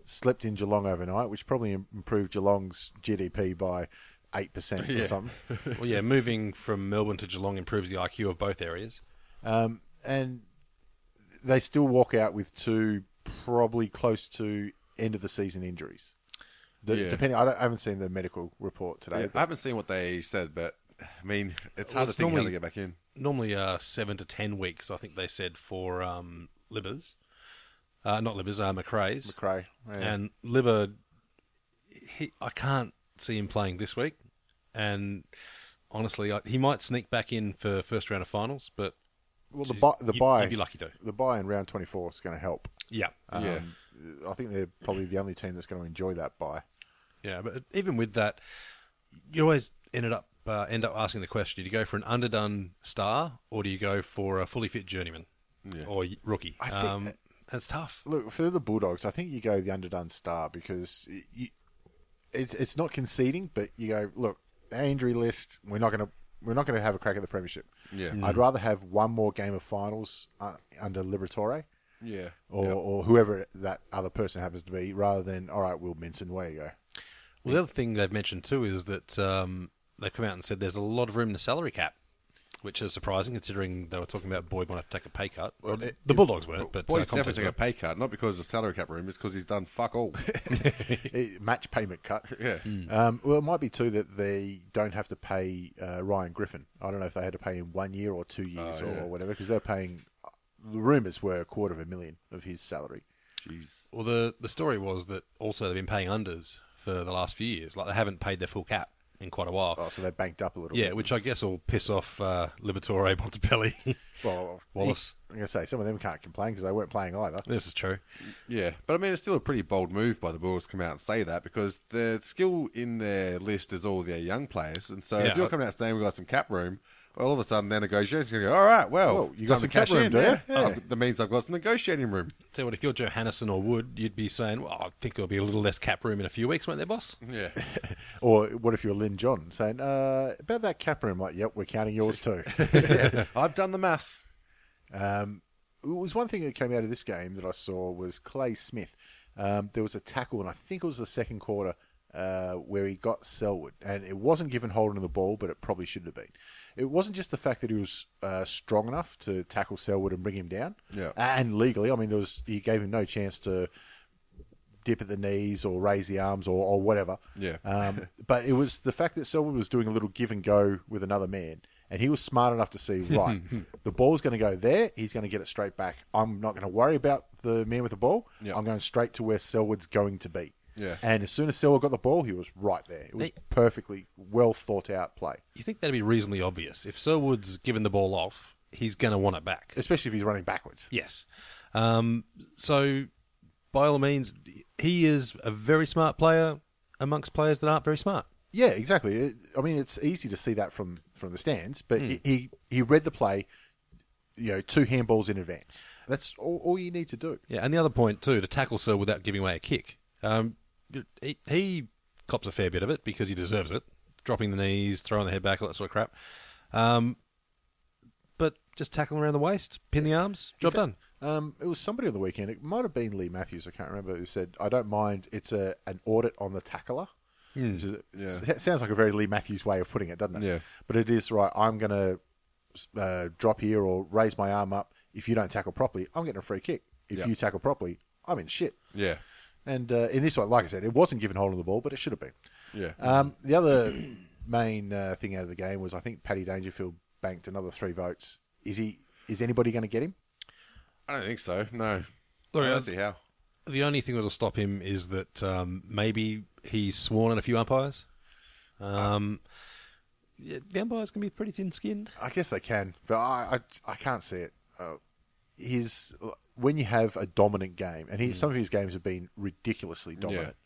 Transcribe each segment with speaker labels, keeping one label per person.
Speaker 1: slept in Geelong overnight, which probably im- improved Geelong's GDP by eight percent or something.
Speaker 2: well, yeah, moving from Melbourne to Geelong improves the IQ of both areas.
Speaker 1: Um, and they still walk out with two probably close to end of the season injuries. The,
Speaker 3: Yeah.
Speaker 1: Depending, I, don't, I haven't seen the medical report today.
Speaker 3: Yeah,
Speaker 1: but-
Speaker 3: I haven't seen what they said, but I mean, it's
Speaker 2: Well,
Speaker 3: hard
Speaker 2: it's
Speaker 3: to think how
Speaker 2: normally-
Speaker 3: they get back in.
Speaker 2: Normally, uh, seven to ten weeks, I think they said for um, Libbers, uh, not Libbers, uh, McRae's.
Speaker 1: McRae. yeah.
Speaker 2: And Liver, he, I can't see him playing this week. And honestly, I, he might sneak back in for first round of finals, but
Speaker 1: Well, the
Speaker 2: Jeez,
Speaker 1: buy, the
Speaker 2: you'd-
Speaker 1: buy,
Speaker 2: you'd be lucky to.
Speaker 1: The buy in round twenty four is going to help.
Speaker 2: Yeah.
Speaker 1: um,
Speaker 3: yeah.
Speaker 1: I think they're probably the only team that's going to enjoy that buy.
Speaker 2: Yeah, but even with that, you always ended up uh, end up asking the question: Do you go for an underdone star, or do you go for a fully fit journeyman or y- rookie?
Speaker 1: I think-
Speaker 2: um, that's tough.
Speaker 1: Look for the Bulldogs. I think you go the underdone star because y- you, it's it's not conceding, but you go look our injury list. We're not going to we're not going to have a crack at the premiership.
Speaker 3: Yeah.
Speaker 1: I'd rather have one more game of finals uh, under Liberatore.
Speaker 3: Yeah.
Speaker 1: or, or whoever that other person happens to be, rather than all right, Will Minson, where you go?
Speaker 2: Well, the other thing they've mentioned too is that um, they've come out and said there's a lot of room in the salary cap, which is surprising considering they were talking about Boyd might have to take a pay cut. Well, the, Bulldogs weren't, but
Speaker 3: Boy's
Speaker 2: uh, Conte's
Speaker 3: definitely taking a
Speaker 2: were.
Speaker 3: pay cut, not because of the salary cap room, it's because he's done fuck all.
Speaker 1: Eh, Match payment cut.
Speaker 3: Yeah.
Speaker 2: Hmm.
Speaker 1: Um, well, it might be too that they don't have to pay uh, Ryan Griffin. I don't know if they had to pay him one year or two years or, whatever, because they're paying. uh, The rumours were a quarter of a million of his salary.
Speaker 3: Jeez.
Speaker 2: Well, the the story was that also they've been paying unders for the last few years. Like they haven't paid their full cap in quite a while.
Speaker 1: Oh, so they banked up a little.
Speaker 2: Yeah,
Speaker 1: bit.
Speaker 2: which I guess will piss off uh, Liberatore Montepelli.
Speaker 1: Well,
Speaker 2: Wallace.
Speaker 1: I'm gonna say some of them can't complain because they weren't playing either.
Speaker 2: this is true.
Speaker 3: Yeah, but I mean, it's still a pretty bold move by the Bulldogs to come out and say that because the skill in their list is all their young players, and so
Speaker 2: Yeah.
Speaker 3: if you're coming out saying we've got some cap room, well, all of a sudden their negotiation's going to go. All right, well,
Speaker 1: Well, you
Speaker 3: it's
Speaker 1: got
Speaker 3: time
Speaker 1: some
Speaker 3: to
Speaker 1: cap
Speaker 3: cash
Speaker 1: room,
Speaker 3: in,
Speaker 1: do you?
Speaker 3: yeah.
Speaker 1: Yeah.
Speaker 3: I've- That means I've got some negotiating room.
Speaker 2: Tell you what, if you're Johannesson or Wood, you'd be saying, "Well, I think there'll be a little less cap room in a few weeks, won't there, boss?"
Speaker 3: Yeah,
Speaker 1: Or what if you're Lynn John saying uh, about that cap room? Like, yep, we're counting yours too.
Speaker 3: I've done the maths.
Speaker 1: it was one thing that came out of this game that I saw was Clay Smith. Um, there was a tackle, and I think it was the second quarter uh, where he got Selwood, and it wasn't given Holden the ball, but it probably should have been. It wasn't just the fact that he was uh, strong enough to tackle Selwood and bring him down,
Speaker 3: Yeah.
Speaker 1: and legally. I mean, there was he gave him no chance to dip at the knees or raise the arms or, or whatever.
Speaker 3: Yeah.
Speaker 1: Um, but it was the fact that Selwood was doing a little give and go with another man, and he was smart enough to see right,
Speaker 3: Hmm.
Speaker 1: the ball's going to go there. He's going to get it straight back. I'm not going to worry about the man with the ball.
Speaker 3: Yeah.
Speaker 1: I'm going straight to where Selwood's going to be.
Speaker 3: Yeah.
Speaker 1: And as soon as Selwood got the ball, he was right there. It was
Speaker 2: Hey.
Speaker 1: perfectly well thought out play,
Speaker 2: You think that'd be reasonably obvious if Selwood's given the ball off, he's going to want it back.
Speaker 1: especially if he's running backwards.
Speaker 2: Yes. Um, so, by all means, he is a very smart player amongst players that aren't very smart.
Speaker 1: Yeah, exactly. It, I mean, it's easy to see that from from the stands, but
Speaker 3: Hmm.
Speaker 1: he he read the play, you know, two handballs in advance. That's all, all you need to do.
Speaker 2: Yeah, and the other point too, to tackle Sir without giving away a kick. Um, he, he cops a fair bit of it because he deserves it, dropping the knees, throwing the head back, all that sort of crap. Um, but just tackle him around the waist, pin the arms, job done.
Speaker 1: Um, it was somebody on the weekend. It might have been Lee Matthews. I can't remember who said, "I don't mind. It's a an audit on the tackler." Which is, s- sounds like a very Lee Matthews way of putting it, doesn't it?
Speaker 3: Hmm. Yeah.
Speaker 1: But it is right. I'm going to uh, drop here or raise my arm up. If you don't tackle properly, I'm getting a free kick. If
Speaker 3: Yeah.
Speaker 1: you tackle properly, I'm in shit.
Speaker 3: Yeah,
Speaker 1: And uh, in this one, like I said, it wasn't given hold of the ball, but it should have been.
Speaker 3: yeah,
Speaker 1: Um, the other main uh, thing out of the game was I think Paddy Dangerfield banked another three votes. Is he? Is anybody going to get him?
Speaker 3: I don't think so. No,
Speaker 2: Look,
Speaker 3: I
Speaker 2: I-
Speaker 3: don't see how.
Speaker 2: The only thing that'll stop him is that um, maybe he's sworn at a few umpires. Um, yeah, the umpires can be pretty thin-skinned.
Speaker 1: I guess they can, but I I, I can't see it. Uh, his when you have a dominant game, and he,
Speaker 3: Mm.
Speaker 1: some of his games have been ridiculously dominant,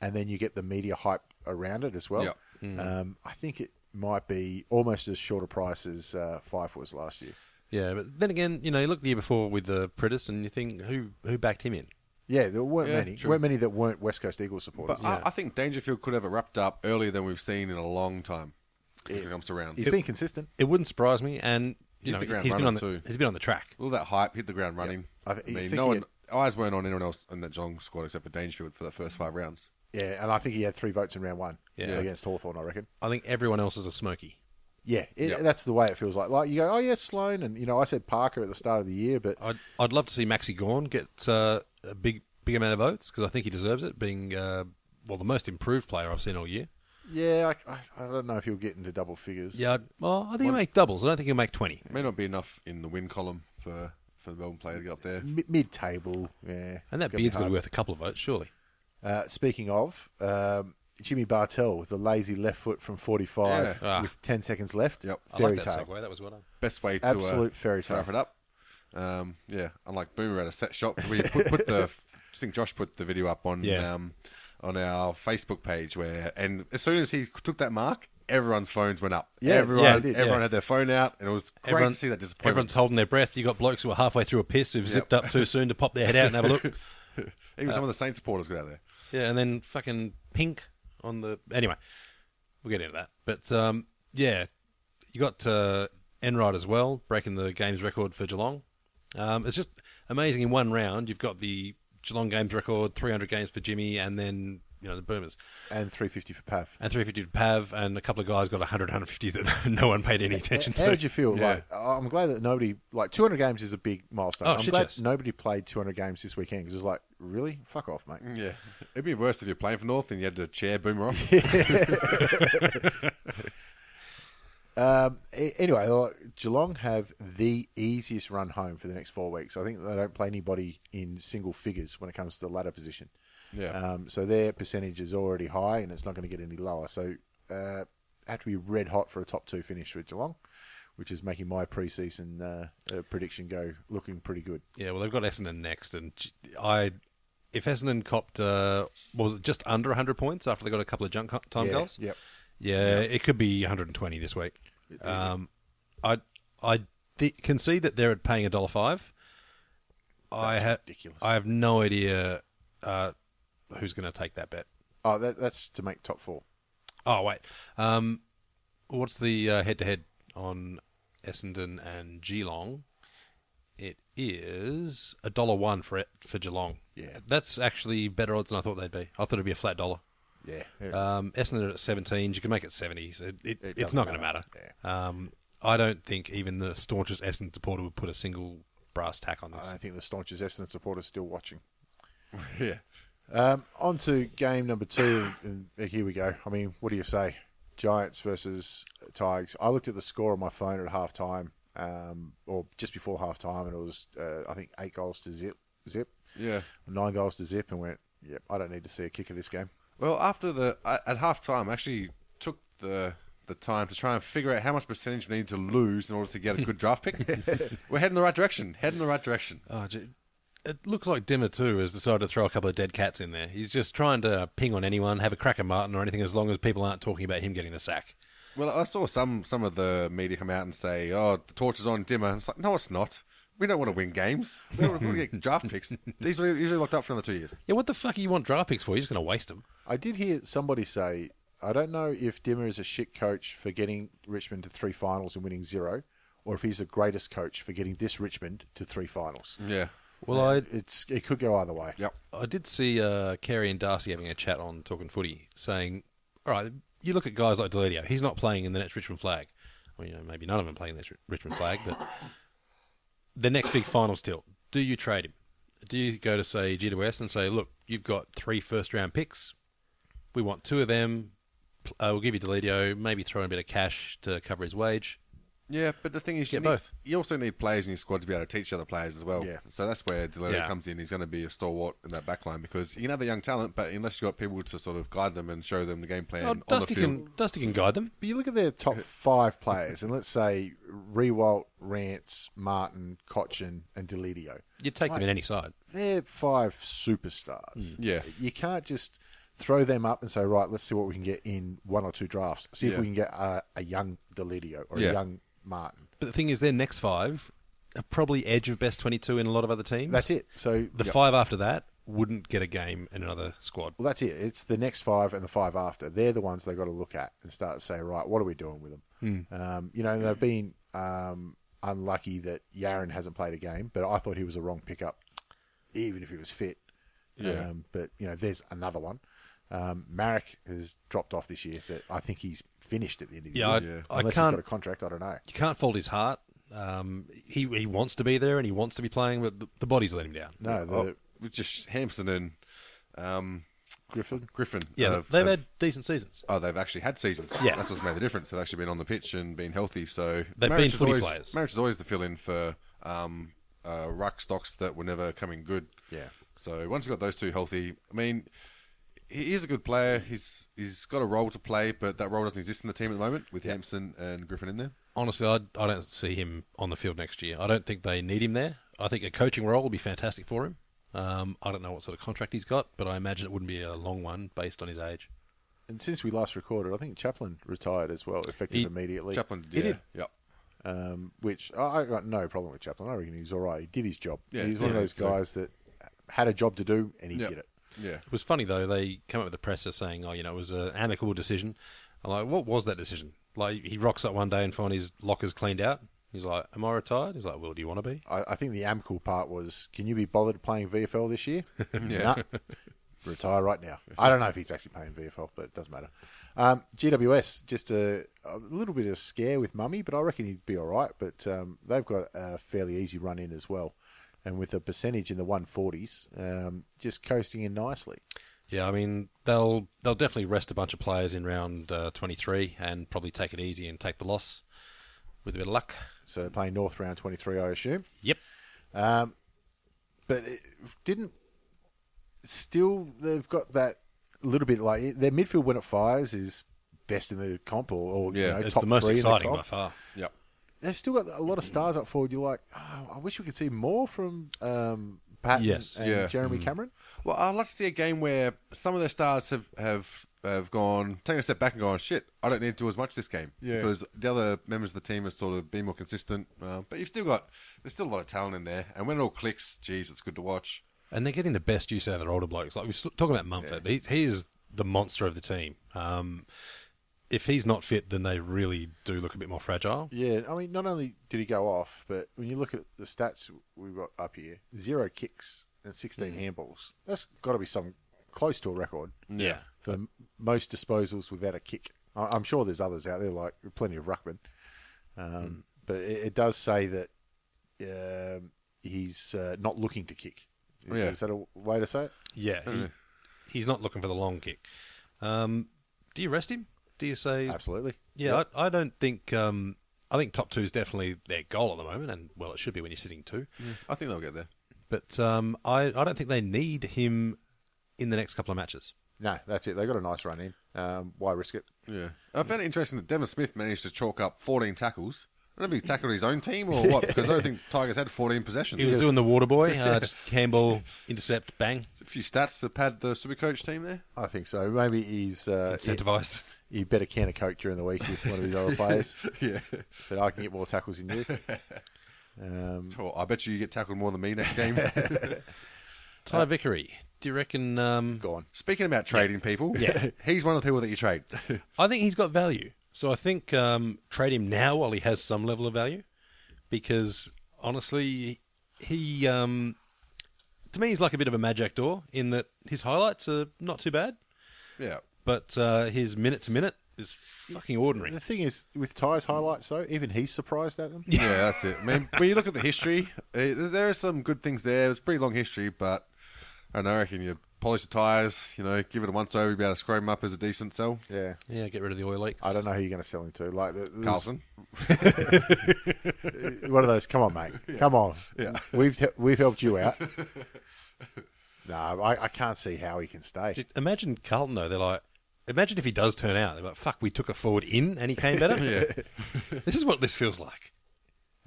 Speaker 1: and then you get the media hype around it as well.
Speaker 3: Yeah.
Speaker 1: Um, I think it might be almost as short a price as uh, Fife was last year.
Speaker 2: Yeah, but then again, you know, you look the year before with the Pritis, and you think who who backed him in?
Speaker 1: Yeah, there weren't
Speaker 3: Yeah,
Speaker 1: many.
Speaker 3: true.
Speaker 1: weren't many that weren't West Coast Eagles supporters.
Speaker 3: But I, I think Dangerfield could have it wrapped up earlier than we've seen in a long time. If it comes around.
Speaker 1: He's been consistent.
Speaker 2: It wouldn't surprise me, and you
Speaker 3: Hit the
Speaker 2: know
Speaker 3: ground
Speaker 2: he's been
Speaker 3: running
Speaker 2: on the
Speaker 3: too.
Speaker 2: he's been on the track.
Speaker 3: All that hype hit the ground running.
Speaker 1: I
Speaker 3: I,
Speaker 1: th- you
Speaker 3: mean,
Speaker 1: think
Speaker 3: no
Speaker 1: he
Speaker 3: one, eyes weren't on anyone else in that Geelong squad except for Dangerfield for the first five rounds.
Speaker 1: Yeah, and I think he had three votes in round one
Speaker 2: Yeah.
Speaker 1: against Hawthorn, I reckon.
Speaker 2: I think everyone else is a smoky.
Speaker 1: Yeah, it,
Speaker 3: Yeah.
Speaker 1: that's the way it feels like. Like you go, oh yeah, Sloan, and you know I said Parker at the start of the year, but
Speaker 2: I'd I'd love to see Maxi Gorn get uh, a big big amount of votes because I think he deserves it, being uh, well the most improved player I've seen all year.
Speaker 1: yeah, I, I, I don't know if he'll get into double figures.
Speaker 2: Yeah, I'd- well I think he'll make doubles. I don't think he'll make twenty.
Speaker 3: May not be enough in the win column for, for the Melbourne player to get up there.
Speaker 1: Mi- mid-table. Yeah,
Speaker 2: And that
Speaker 1: it's gonna be
Speaker 2: beard's going to
Speaker 1: hard.
Speaker 2: be worth a couple of votes, surely.
Speaker 1: Uh, speaking of, um, Jimmy Bartel with the lazy left foot from 45
Speaker 3: Yeah. Ah.
Speaker 1: with 10 seconds left.
Speaker 3: Yep. I
Speaker 2: I
Speaker 1: Fairy
Speaker 2: like that
Speaker 1: tale.
Speaker 2: segue. That was well done.
Speaker 3: Best way to
Speaker 1: Absolute
Speaker 3: uh,
Speaker 1: fairy
Speaker 3: to
Speaker 1: tale.
Speaker 3: wrap it up. Um, yeah, unlike Boomer at a set shop, we put, put the. I think Josh put the video up on
Speaker 2: Yeah.
Speaker 3: um, on our Facebook page where, and as soon as he took that mark, everyone's phones went up.
Speaker 1: Yeah,
Speaker 3: everyone,
Speaker 1: yeah, it did,
Speaker 3: everyone
Speaker 2: yeah.
Speaker 3: had their phone out, and it was great
Speaker 2: Everyone-
Speaker 3: to see that disappointment.
Speaker 2: Everyone's holding their breath. You got blokes who are halfway through a piss who've zipped up too soon to pop their head out and have a look.
Speaker 3: Even
Speaker 2: uh,
Speaker 3: some of the Saints supporters got out there.
Speaker 2: Yeah, and then fucking pink on the. Anyway, we'll get into that. But um, yeah, you got uh, Enright as well, breaking the games record for Geelong. Um, it's just amazing. In one round, you've got the Geelong games record, 300 games for Jimmy, and then you know the Boomers
Speaker 1: And 350 for Pav.
Speaker 2: and 350 to Pav, and a couple of guys got 100, 150 that no one paid any attention
Speaker 1: How
Speaker 2: to.
Speaker 1: did you feel?
Speaker 3: Yeah.
Speaker 1: Like, I'm glad that nobody like 200 games is a big milestone.
Speaker 2: Oh,
Speaker 1: I'm
Speaker 2: shit,
Speaker 1: glad
Speaker 2: yes.
Speaker 1: nobody played 200 games this weekend because it's like, really, fuck off, mate.
Speaker 3: Yeah, it'd be worse if you're playing for North and you had to chair Boomer off.
Speaker 1: Um, a- anyway, like, Geelong have the easiest run home for the next four weeks. I think they don't play anybody in single figures when it comes to the ladder position.
Speaker 3: Yeah.
Speaker 1: Um, so their percentage is already high, and it's not going to get any lower. So uh, have to be red hot for a top two finish with Geelong, which is making my preseason uh, uh, prediction go looking pretty good.
Speaker 2: Yeah, well, they've got Essendon next, and j- I, if Essendon copped, uh, what was it just under 100 points after they got a couple of junk time
Speaker 1: Yeah,
Speaker 2: goals?
Speaker 1: yep.
Speaker 2: Yeah, it could be 120 this week. Um, I I th- can see that they're paying a dollar five. I ha-
Speaker 1: ridiculous.
Speaker 2: I have no idea uh, who's going to take that bet.
Speaker 1: Oh, that, that's to make top four.
Speaker 2: Oh wait, um, what's the uh, head-to-head on Essendon and Geelong? It is a dollar one for it for Geelong.
Speaker 1: Yeah.
Speaker 2: that's actually better odds than I thought they'd be. I thought it'd be a flat dollar.
Speaker 1: Yeah. yeah.
Speaker 2: Um, Essendon are at seventeen. You can make it seventy. So it, it, it's
Speaker 1: doesn't
Speaker 2: not going to matter.
Speaker 1: matter.
Speaker 2: Um, I don't think even the staunchest Essendon supporter would put a single brass tack on
Speaker 1: I
Speaker 2: this.
Speaker 1: don't think the staunchest Essendon supporters still watching.
Speaker 3: yeah.
Speaker 1: Um, on to game number two, and here we go. I mean, what do you say? Giants versus Tigers. I looked at the score on my phone at half time, um, or just before half time, and it was, uh, I think, eight goals to zip, zip,
Speaker 3: Yeah.
Speaker 1: nine goals to zip, and went, yep, I don't need to see a kick of this game.
Speaker 3: Well, after the I- at half time, I actually took the the time to try and figure out how much percentage we need to lose in order to get a good draft pick. We're heading the right direction. Heading the right direction.
Speaker 2: Oh, gee. It looks like Dimmer too has decided to throw a couple of dead cats in there. He's just trying to ping on anyone, have a crack at Martin or anything, as long as people aren't talking about him getting the sack.
Speaker 3: Well, I saw some some of the media come out and say, "Oh, the torch is on dimmer." And it's like, no, it's not. We don't want to win games. We don't want to get draft picks. These are usually locked up for another two years.
Speaker 2: Yeah, what the fuck are you want draft picks for? You're just going to waste them.
Speaker 1: I did hear somebody say, I don't know if Dimmer is a shit coach for getting Richmond to three finals and winning zero, or if he's the greatest coach for getting this Richmond to three finals.
Speaker 3: Yeah.
Speaker 2: Well, I
Speaker 1: It's it could go either way.
Speaker 3: Yep.
Speaker 2: I did see uh, Kerry and Darcy having a chat on Talking Footy, saying, "All right, you look at guys like Deledio. He's not playing in the next Richmond flag. Well, you know, maybe none of them are playing the next Ri- Richmond flag, but the next big final still. Do you trade him? Do you go to say GWS and say, look, you've got three first round picks. We want two of them. Pl- Uh, we'll give you Deledio. Maybe throw in a bit of cash to cover his wage.
Speaker 3: Yeah, but the thing is, you,
Speaker 2: Get
Speaker 3: need-
Speaker 2: both.
Speaker 3: you also need players in your squad to be able to teach other players as well.
Speaker 1: Yeah.
Speaker 3: So that's where Deloria
Speaker 2: Yeah.
Speaker 3: comes in. He's going to be a stalwart in that back line because you can have the young talent, but unless you've got people to sort of guide them and show them the game plan
Speaker 2: Oh,
Speaker 3: on
Speaker 2: Dusty
Speaker 3: the field.
Speaker 2: can Dusty can guide them.
Speaker 1: But you look at their top five players, and let's say Rewalt, Rance, Martin, Cochin, and Delidio.
Speaker 2: You'd take them in any side.
Speaker 1: They're five superstars.
Speaker 3: Mm. Yeah.
Speaker 1: You can't just throw them up and say, right, let's see what we can get in one or two drafts. See if
Speaker 3: Yeah.
Speaker 1: we can get a, a young Delidio or
Speaker 3: Yeah.
Speaker 1: a young Martin.
Speaker 2: But the thing is, their next five are probably edge of best 22 in a lot of other teams.
Speaker 1: That's it. So
Speaker 2: The five after that wouldn't get a game in another squad.
Speaker 1: Well, that's it. It's the next five and the five after. They're the ones they got to look at and start to say, right, what are we doing with them?
Speaker 2: Hmm.
Speaker 1: Um, you know, they've been um, unlucky that Yaron hasn't played a game, but I thought he was a wrong pickup, even if he was fit.
Speaker 3: Yeah.
Speaker 1: Um, but you know, there's another one. Um, Marek has dropped off this year. That I think he's finished at the end of the
Speaker 2: Yeah, I-
Speaker 1: year.
Speaker 2: I
Speaker 1: Unless
Speaker 2: can't-
Speaker 1: he's got a contract, I don't know.
Speaker 2: You can't fault his heart. Um, he, he wants to be there and he wants to be playing, but the, the body's let him down.
Speaker 1: No, the
Speaker 3: Oh, it's just Hampson and um,
Speaker 1: Griffin.
Speaker 3: Griffin. uh,
Speaker 2: Yeah,
Speaker 3: have-
Speaker 2: they've
Speaker 3: have-
Speaker 2: had decent seasons.
Speaker 3: Oh, they've actually had seasons.
Speaker 2: Yeah.
Speaker 3: that's what's made the difference. They've actually been on the pitch and been healthy. So
Speaker 2: They've
Speaker 3: marriage
Speaker 2: been
Speaker 3: is
Speaker 2: footy
Speaker 3: always,
Speaker 2: players.
Speaker 3: Marriage is always the fill-in for um, uh, ruck stocks that were never coming good.
Speaker 1: Yeah.
Speaker 3: So once we got those two healthy, I mean, he is a good player. He's he's got a role to play, but that role doesn't exist in the team at the moment with Hampson and Griffin in there.
Speaker 2: Honestly, I, I don't see him on the field next year. I don't think they need him there. I think a coaching role would be fantastic for him. Um, I don't know what sort of contract he's got, but I imagine it wouldn't be a long one based on his age.
Speaker 1: And since we last recorded, I think Chaplin retired as well, effective
Speaker 2: He-
Speaker 1: immediately.
Speaker 3: Chaplin,
Speaker 1: He
Speaker 3: yeah,
Speaker 1: did.
Speaker 3: yep.
Speaker 1: Um, which I I got no problem with Chaplin. I reckon he was all right. He did his job.
Speaker 3: Yeah,
Speaker 1: he's one of
Speaker 3: yeah,
Speaker 1: those
Speaker 3: so-
Speaker 1: guys that had a job to do and he
Speaker 3: Yep.
Speaker 1: did it.
Speaker 3: Yeah,
Speaker 2: It was funny though. They came up with the presser saying, "Oh, you know, it was an amicable decision." I'm like, "What was that decision?" Like, he rocks up one day and finds his lockers cleaned out. He's like, "Am I retired?" He's like, "Well, do you want to be?"
Speaker 1: I, I think the amicable part was, can you be bothered playing VFL this year? yeah. Retire right now. I don't know if he's actually playing VFL, but it doesn't matter. Um, GWS, just a, a little bit of scare with Mummy, but I reckon he'd be all right. But um, they've got a fairly easy run in as well. And with a percentage in the 140s, um, just coasting in nicely.
Speaker 2: Yeah, I mean, they'll they'll definitely rest a bunch of players in round uh, 23 and probably take it easy and take the loss with a bit of luck.
Speaker 1: So they're playing North round 23, I assume.
Speaker 2: Yep.
Speaker 1: but it didn't. Still, they've got that little bit like their midfield when it fires is best in the comp or, or you
Speaker 3: Yeah,
Speaker 1: know,
Speaker 2: It's
Speaker 1: top
Speaker 2: the most
Speaker 1: three
Speaker 2: exciting
Speaker 1: in the
Speaker 2: by
Speaker 1: comp.
Speaker 2: far.
Speaker 3: yep.
Speaker 1: They've still got a lot of stars up forward. You're like, oh, I wish we could see more from um, Patton
Speaker 2: Yes.
Speaker 1: and
Speaker 3: Yeah.
Speaker 1: Jeremy Cameron.
Speaker 3: Well, I'd like to see a game where some of their stars have have have gone taken a step back and gone, shit, I don't need to do as much this game
Speaker 1: Yeah.
Speaker 3: because the other members of the team have sort of been more consistent. Uh, but you've still got there's still a lot of talent in there, and when it all clicks, geez, it's good to watch.
Speaker 2: And they're getting the best use out of their older blokes. Like we were talking about Mumford, he, he is the monster of the team. Um, if he's not fit, then they really do look a bit more fragile.
Speaker 1: Yeah, I mean, not only did he go off, but when you look at the stats we've got up here, zero kicks and 16 handballs. That's got to be some close to a record.
Speaker 2: Yeah.
Speaker 1: for m- most disposals without a kick. I- I'm sure there's others out there, like plenty of ruckman.
Speaker 3: Mm.
Speaker 1: Um, But it, it does say that um, he's uh, not looking to kick. Is,
Speaker 3: Oh, Yeah.
Speaker 1: is that a way to say it?
Speaker 2: Yeah. He, he's not looking for the long kick. Um, do you rest him? Do you say
Speaker 1: Absolutely.
Speaker 2: Yeah, I, I don't think. Um, I think top two is definitely their goal at the moment, and well, it should be when you're sitting two.
Speaker 3: I think they'll get there.
Speaker 2: But um, I, I don't think they need him in the next couple of matches.
Speaker 1: No, that's it. They got a nice run in. Um, why risk it?
Speaker 3: Yeah, I found it interesting that Devon Smith managed to chalk up 14 tackles. I don't know if he tackled his own team or what, because I don't think Tigers had 14 possessions.
Speaker 2: He was doing the water boy, uh, just handball, intercept, bang,
Speaker 3: a few stats to pad the Supercoach team there.
Speaker 1: I think so. Maybe he's uh,
Speaker 2: incentivized.
Speaker 1: He, he bet a can of coke during the week with one of his other players.
Speaker 3: Yeah.
Speaker 1: Said I can get more tackles than you. Um,
Speaker 3: Oh, I bet you you get tackled more than me next game.
Speaker 2: Ty Vickery, do you reckon? Um,
Speaker 1: gone.
Speaker 3: Speaking about trading people, yeah. he's one of the people that you trade.
Speaker 2: I think he's got value, so I think um, trade him now while he has some level of value, because honestly, he um, to me he's like a bit of a magic door in that his highlights are not too bad.
Speaker 3: yeah.
Speaker 2: but uh, his minute to minute is fucking ordinary.
Speaker 1: The thing is, with Ty's highlights though, even he's surprised at them.
Speaker 3: Yeah, that's it. I mean, when you look at the history, uh, there are some good things there. It's a pretty long history, but I don't know, I reckon you polish the tyres, you know, give it a once over, you'll be able to scrape them up as a decent sell.
Speaker 1: Yeah.
Speaker 2: Yeah, get rid of the oil leaks.
Speaker 1: I don't know who you're going to sell him to. Like the-
Speaker 3: Carlson.
Speaker 1: one of those. Come on, mate. Come on. We've te- we've helped you out. no, I, I can't see how he can stay.
Speaker 2: Just imagine Carlton though. They're like, imagine if he does turn out. They're like, fuck, we took a forward in and he came better. This is what this feels like.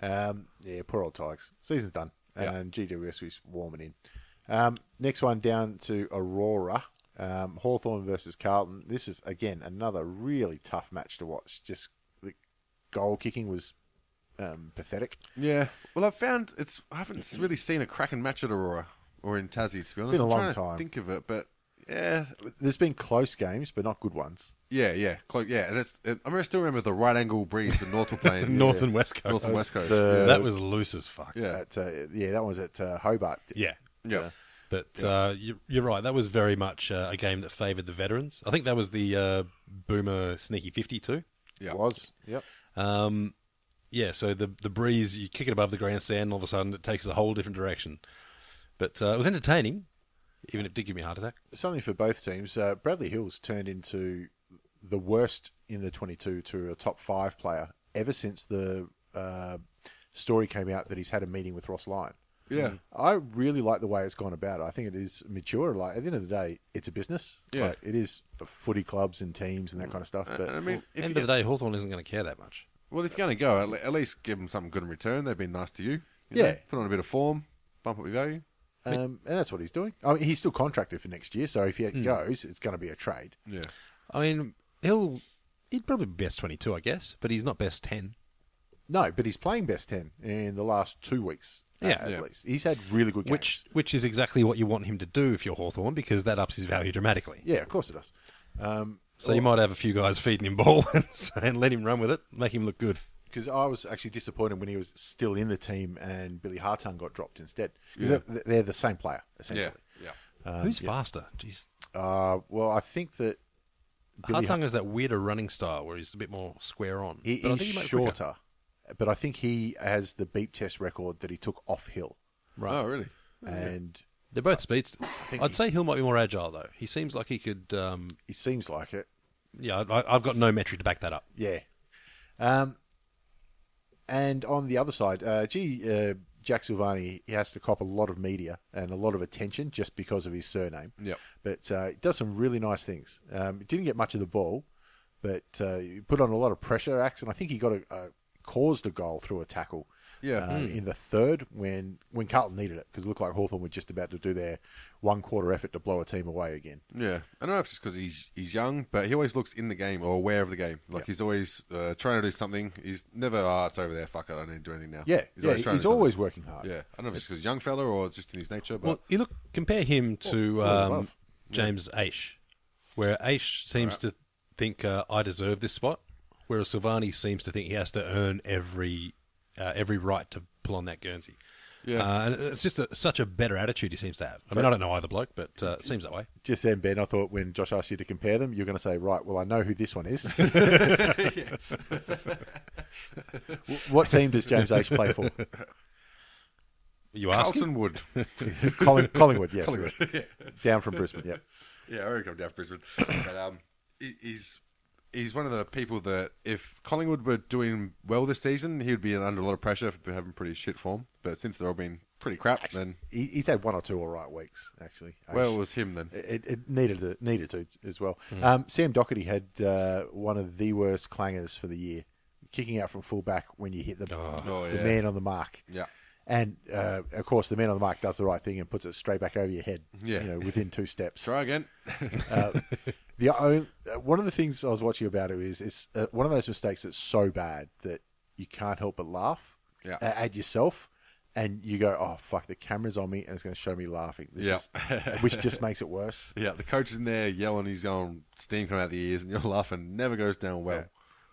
Speaker 1: Um, yeah, poor old Tigers. Season's done, and GWS is warming in. Um, next one down to Aurora. Um, Hawthorne versus Carlton. This is again another really tough match to watch. Just the goal kicking was um, pathetic.
Speaker 3: Yeah. Well, I've found it's I haven't really seen a cracking match at Aurora or in Tassie to be honest.
Speaker 1: Been a
Speaker 3: I'm
Speaker 1: long
Speaker 3: trying to
Speaker 1: time.
Speaker 3: Think of it, but yeah,
Speaker 1: There's been close games, but not good ones.
Speaker 3: yeah, yeah, close, yeah. And it's it, I remember- still remember the right angle breeze that North were playing.
Speaker 2: North and West Coast.
Speaker 3: North and West Coast.
Speaker 2: that was loose as fuck.
Speaker 3: yeah, yeah,
Speaker 1: At, uh, yeah, that was at uh, Hobart.
Speaker 2: Yeah.
Speaker 3: yeah.
Speaker 2: But uh, you, you're right. That was very much uh, a game that favoured the veterans. I think that was the uh, Boomer Sneaky 50 too.
Speaker 3: yeah.
Speaker 1: It was. Yep.
Speaker 2: Um, yeah, so the the breeze, you kick it above the grandstand, and all of a sudden it takes a whole different direction. But uh, it was entertaining, even if it did give me a heart attack.
Speaker 1: something for both teams. Uh, Bradley Hill's turned into the worst in the 22 to a top five player ever since the uh, story came out that he's had a meeting with Ross Lyon.
Speaker 3: Yeah.
Speaker 1: I really like the way it's gone about. it. I think it is mature. Like at the end of the day, it's a business.
Speaker 3: Yeah.
Speaker 1: Like, it is footy clubs and teams and that kind of stuff. But
Speaker 3: I mean,
Speaker 2: End
Speaker 3: if you
Speaker 2: of
Speaker 3: get,
Speaker 2: the day, Hawthorn isn't going to care that much.
Speaker 3: well, if you're going to go, at, le- at least give them something good in return. They've been nice to you. you
Speaker 1: Yeah.
Speaker 3: know? put on a bit of form, bump up your value.
Speaker 1: um, and that's what he's doing. I mean, he's still contracted for next year, so if he goes, it's going to be a trade.
Speaker 3: Yeah,
Speaker 2: I mean, he'll he'd probably be best twenty two, I guess, but he's not best ten.
Speaker 1: No, but he's playing best ten in the last two weeks. uh,
Speaker 2: Yeah.
Speaker 1: at
Speaker 2: Yeah.
Speaker 1: least he's had really good games.
Speaker 2: Which which is exactly what you want him to do if you're Hawthorn, because that ups his value dramatically.
Speaker 1: yeah, of course it does. Um,
Speaker 2: So you might have a few guys feeding him ball and, and let him run with it, make him look good.
Speaker 1: because I was actually disappointed when he was still in the team and Billy Hartung got dropped instead. 'Cause they're, they're the same player
Speaker 3: yeah,
Speaker 1: essentially.
Speaker 3: yeah.
Speaker 1: Um,
Speaker 2: Who's faster? Jeez.
Speaker 1: Uh, well, I think that Billy
Speaker 2: Hartung has that weirder running style where he's a bit more square on.
Speaker 1: He
Speaker 2: But I
Speaker 1: is
Speaker 2: think he might be quicker.
Speaker 1: shorter, but I think he has the beep test record that he took off hill.
Speaker 3: Oh, really?
Speaker 1: And
Speaker 2: They're both speedsters.
Speaker 1: think
Speaker 2: I'd
Speaker 1: he-
Speaker 2: say Hill might be more agile though. He seems like he could. Um,
Speaker 1: he seems like it.
Speaker 2: yeah, I, I've got no metric to back that up.
Speaker 1: Yeah. Um, and on the other side, uh, gee, uh, Jack Silvani, he has to cop a lot of media and a lot of attention just because of his surname.
Speaker 2: Mm.
Speaker 3: Yep.
Speaker 1: But uh, he does some really nice things. Um, he didn't get much of the ball, but uh, he put on a lot of pressure acts, and I think he got a, a caused a goal through a tackle.
Speaker 3: Yeah. Hmm.
Speaker 1: um, In the third, when when Carlton needed it, because it looked like Hawthorn were just about to do their one quarter effort to blow a team away again.
Speaker 3: Yeah, I don't know if it's because he's he's young, but he always looks in the game or aware of the game. Like he's always uh, trying to do something. He's never, oh, it's over there. Fuck it, I need to do anything now.
Speaker 1: Yeah,
Speaker 3: he's
Speaker 1: yeah,
Speaker 3: always trying to
Speaker 1: he's
Speaker 3: do something.
Speaker 1: always working hard.
Speaker 3: Yeah, I don't know if it's because he's a young fella or it's just in his nature, but
Speaker 2: Well, you look compare him to um,
Speaker 1: above.
Speaker 2: James Aish, where Aish seems to think uh, I deserve this spot, whereas Silvani seems to think he has to earn every uh, every right to pull on that Guernsey.
Speaker 3: Yeah.
Speaker 2: uh, and it's just a, such a better attitude he seems to have. I mean, I don't know either bloke, but uh, it seems that way.
Speaker 1: Just then, Ben, I thought when Josh asked you to compare them, you're going to say, right, well, I know who this one is. Wh- what team does James H play for?
Speaker 2: You ask him?
Speaker 3: Carlton would.
Speaker 1: Colling- Collingwood, yes. Down from Brisbane, yeah.
Speaker 3: Yeah, I reckon I'm down for Brisbane. but um, he, he's he's one of the people that if Collingwood were doing well this season, he would be under a lot of pressure for having pretty shit form. But since they're all been pretty crap, then
Speaker 1: He, he's had one or two all right weeks, actually.
Speaker 3: well, Mm. it was him then.
Speaker 1: it, it needed to, needed to as well. Um, Sam Doherty had uh, one of the worst clangers for the year, kicking out from fullback when you hit the,
Speaker 3: Oh,
Speaker 1: the
Speaker 3: yeah.
Speaker 1: man on the mark.
Speaker 3: Yeah.
Speaker 1: And uh, of course, the man on the mark does the right thing and puts it straight back over your head.
Speaker 3: Yeah.
Speaker 1: you know, within two steps.
Speaker 3: Try again.
Speaker 1: The only, uh, one of the things I was watching about it is it's uh, one of those mistakes that's so bad that you can't help but laugh
Speaker 3: Yeah.
Speaker 1: a- at yourself, and you go, "Oh fuck, the camera's on me, and it's going to show me laughing." This
Speaker 3: Yeah.
Speaker 1: is, which just makes it worse.
Speaker 3: yeah, the coach is in there yelling, he's going steam coming out of the ears, and you're laughing. Never goes down well.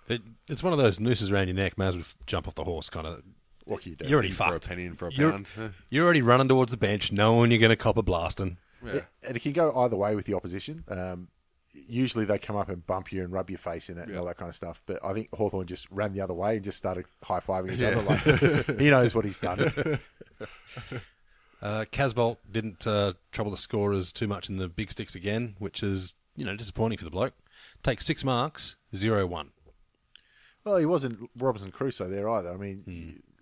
Speaker 2: It, it's one of those nooses around your neck, may as well jump off the horse kind of.
Speaker 1: What can you do?
Speaker 2: You're already
Speaker 3: In for a
Speaker 2: fucked.
Speaker 3: penny, in for a
Speaker 2: You're-
Speaker 3: pound.
Speaker 2: You're, already running towards the bench, knowing you're going to cop a blasting.
Speaker 3: Yeah.
Speaker 1: and it can go either way with the opposition. Um, usually they come up and bump you and rub your face in it and all that kind of stuff. But I think Hawthorn just ran the other way and just started high fiving each other. Like he knows what he's done.
Speaker 2: Uh, Casbolt didn't uh, trouble the scorers too much in the big sticks again, which is you know disappointing for the bloke. Take six marks, zero one.
Speaker 1: well, he wasn't Robinson Crusoe there either. I mean,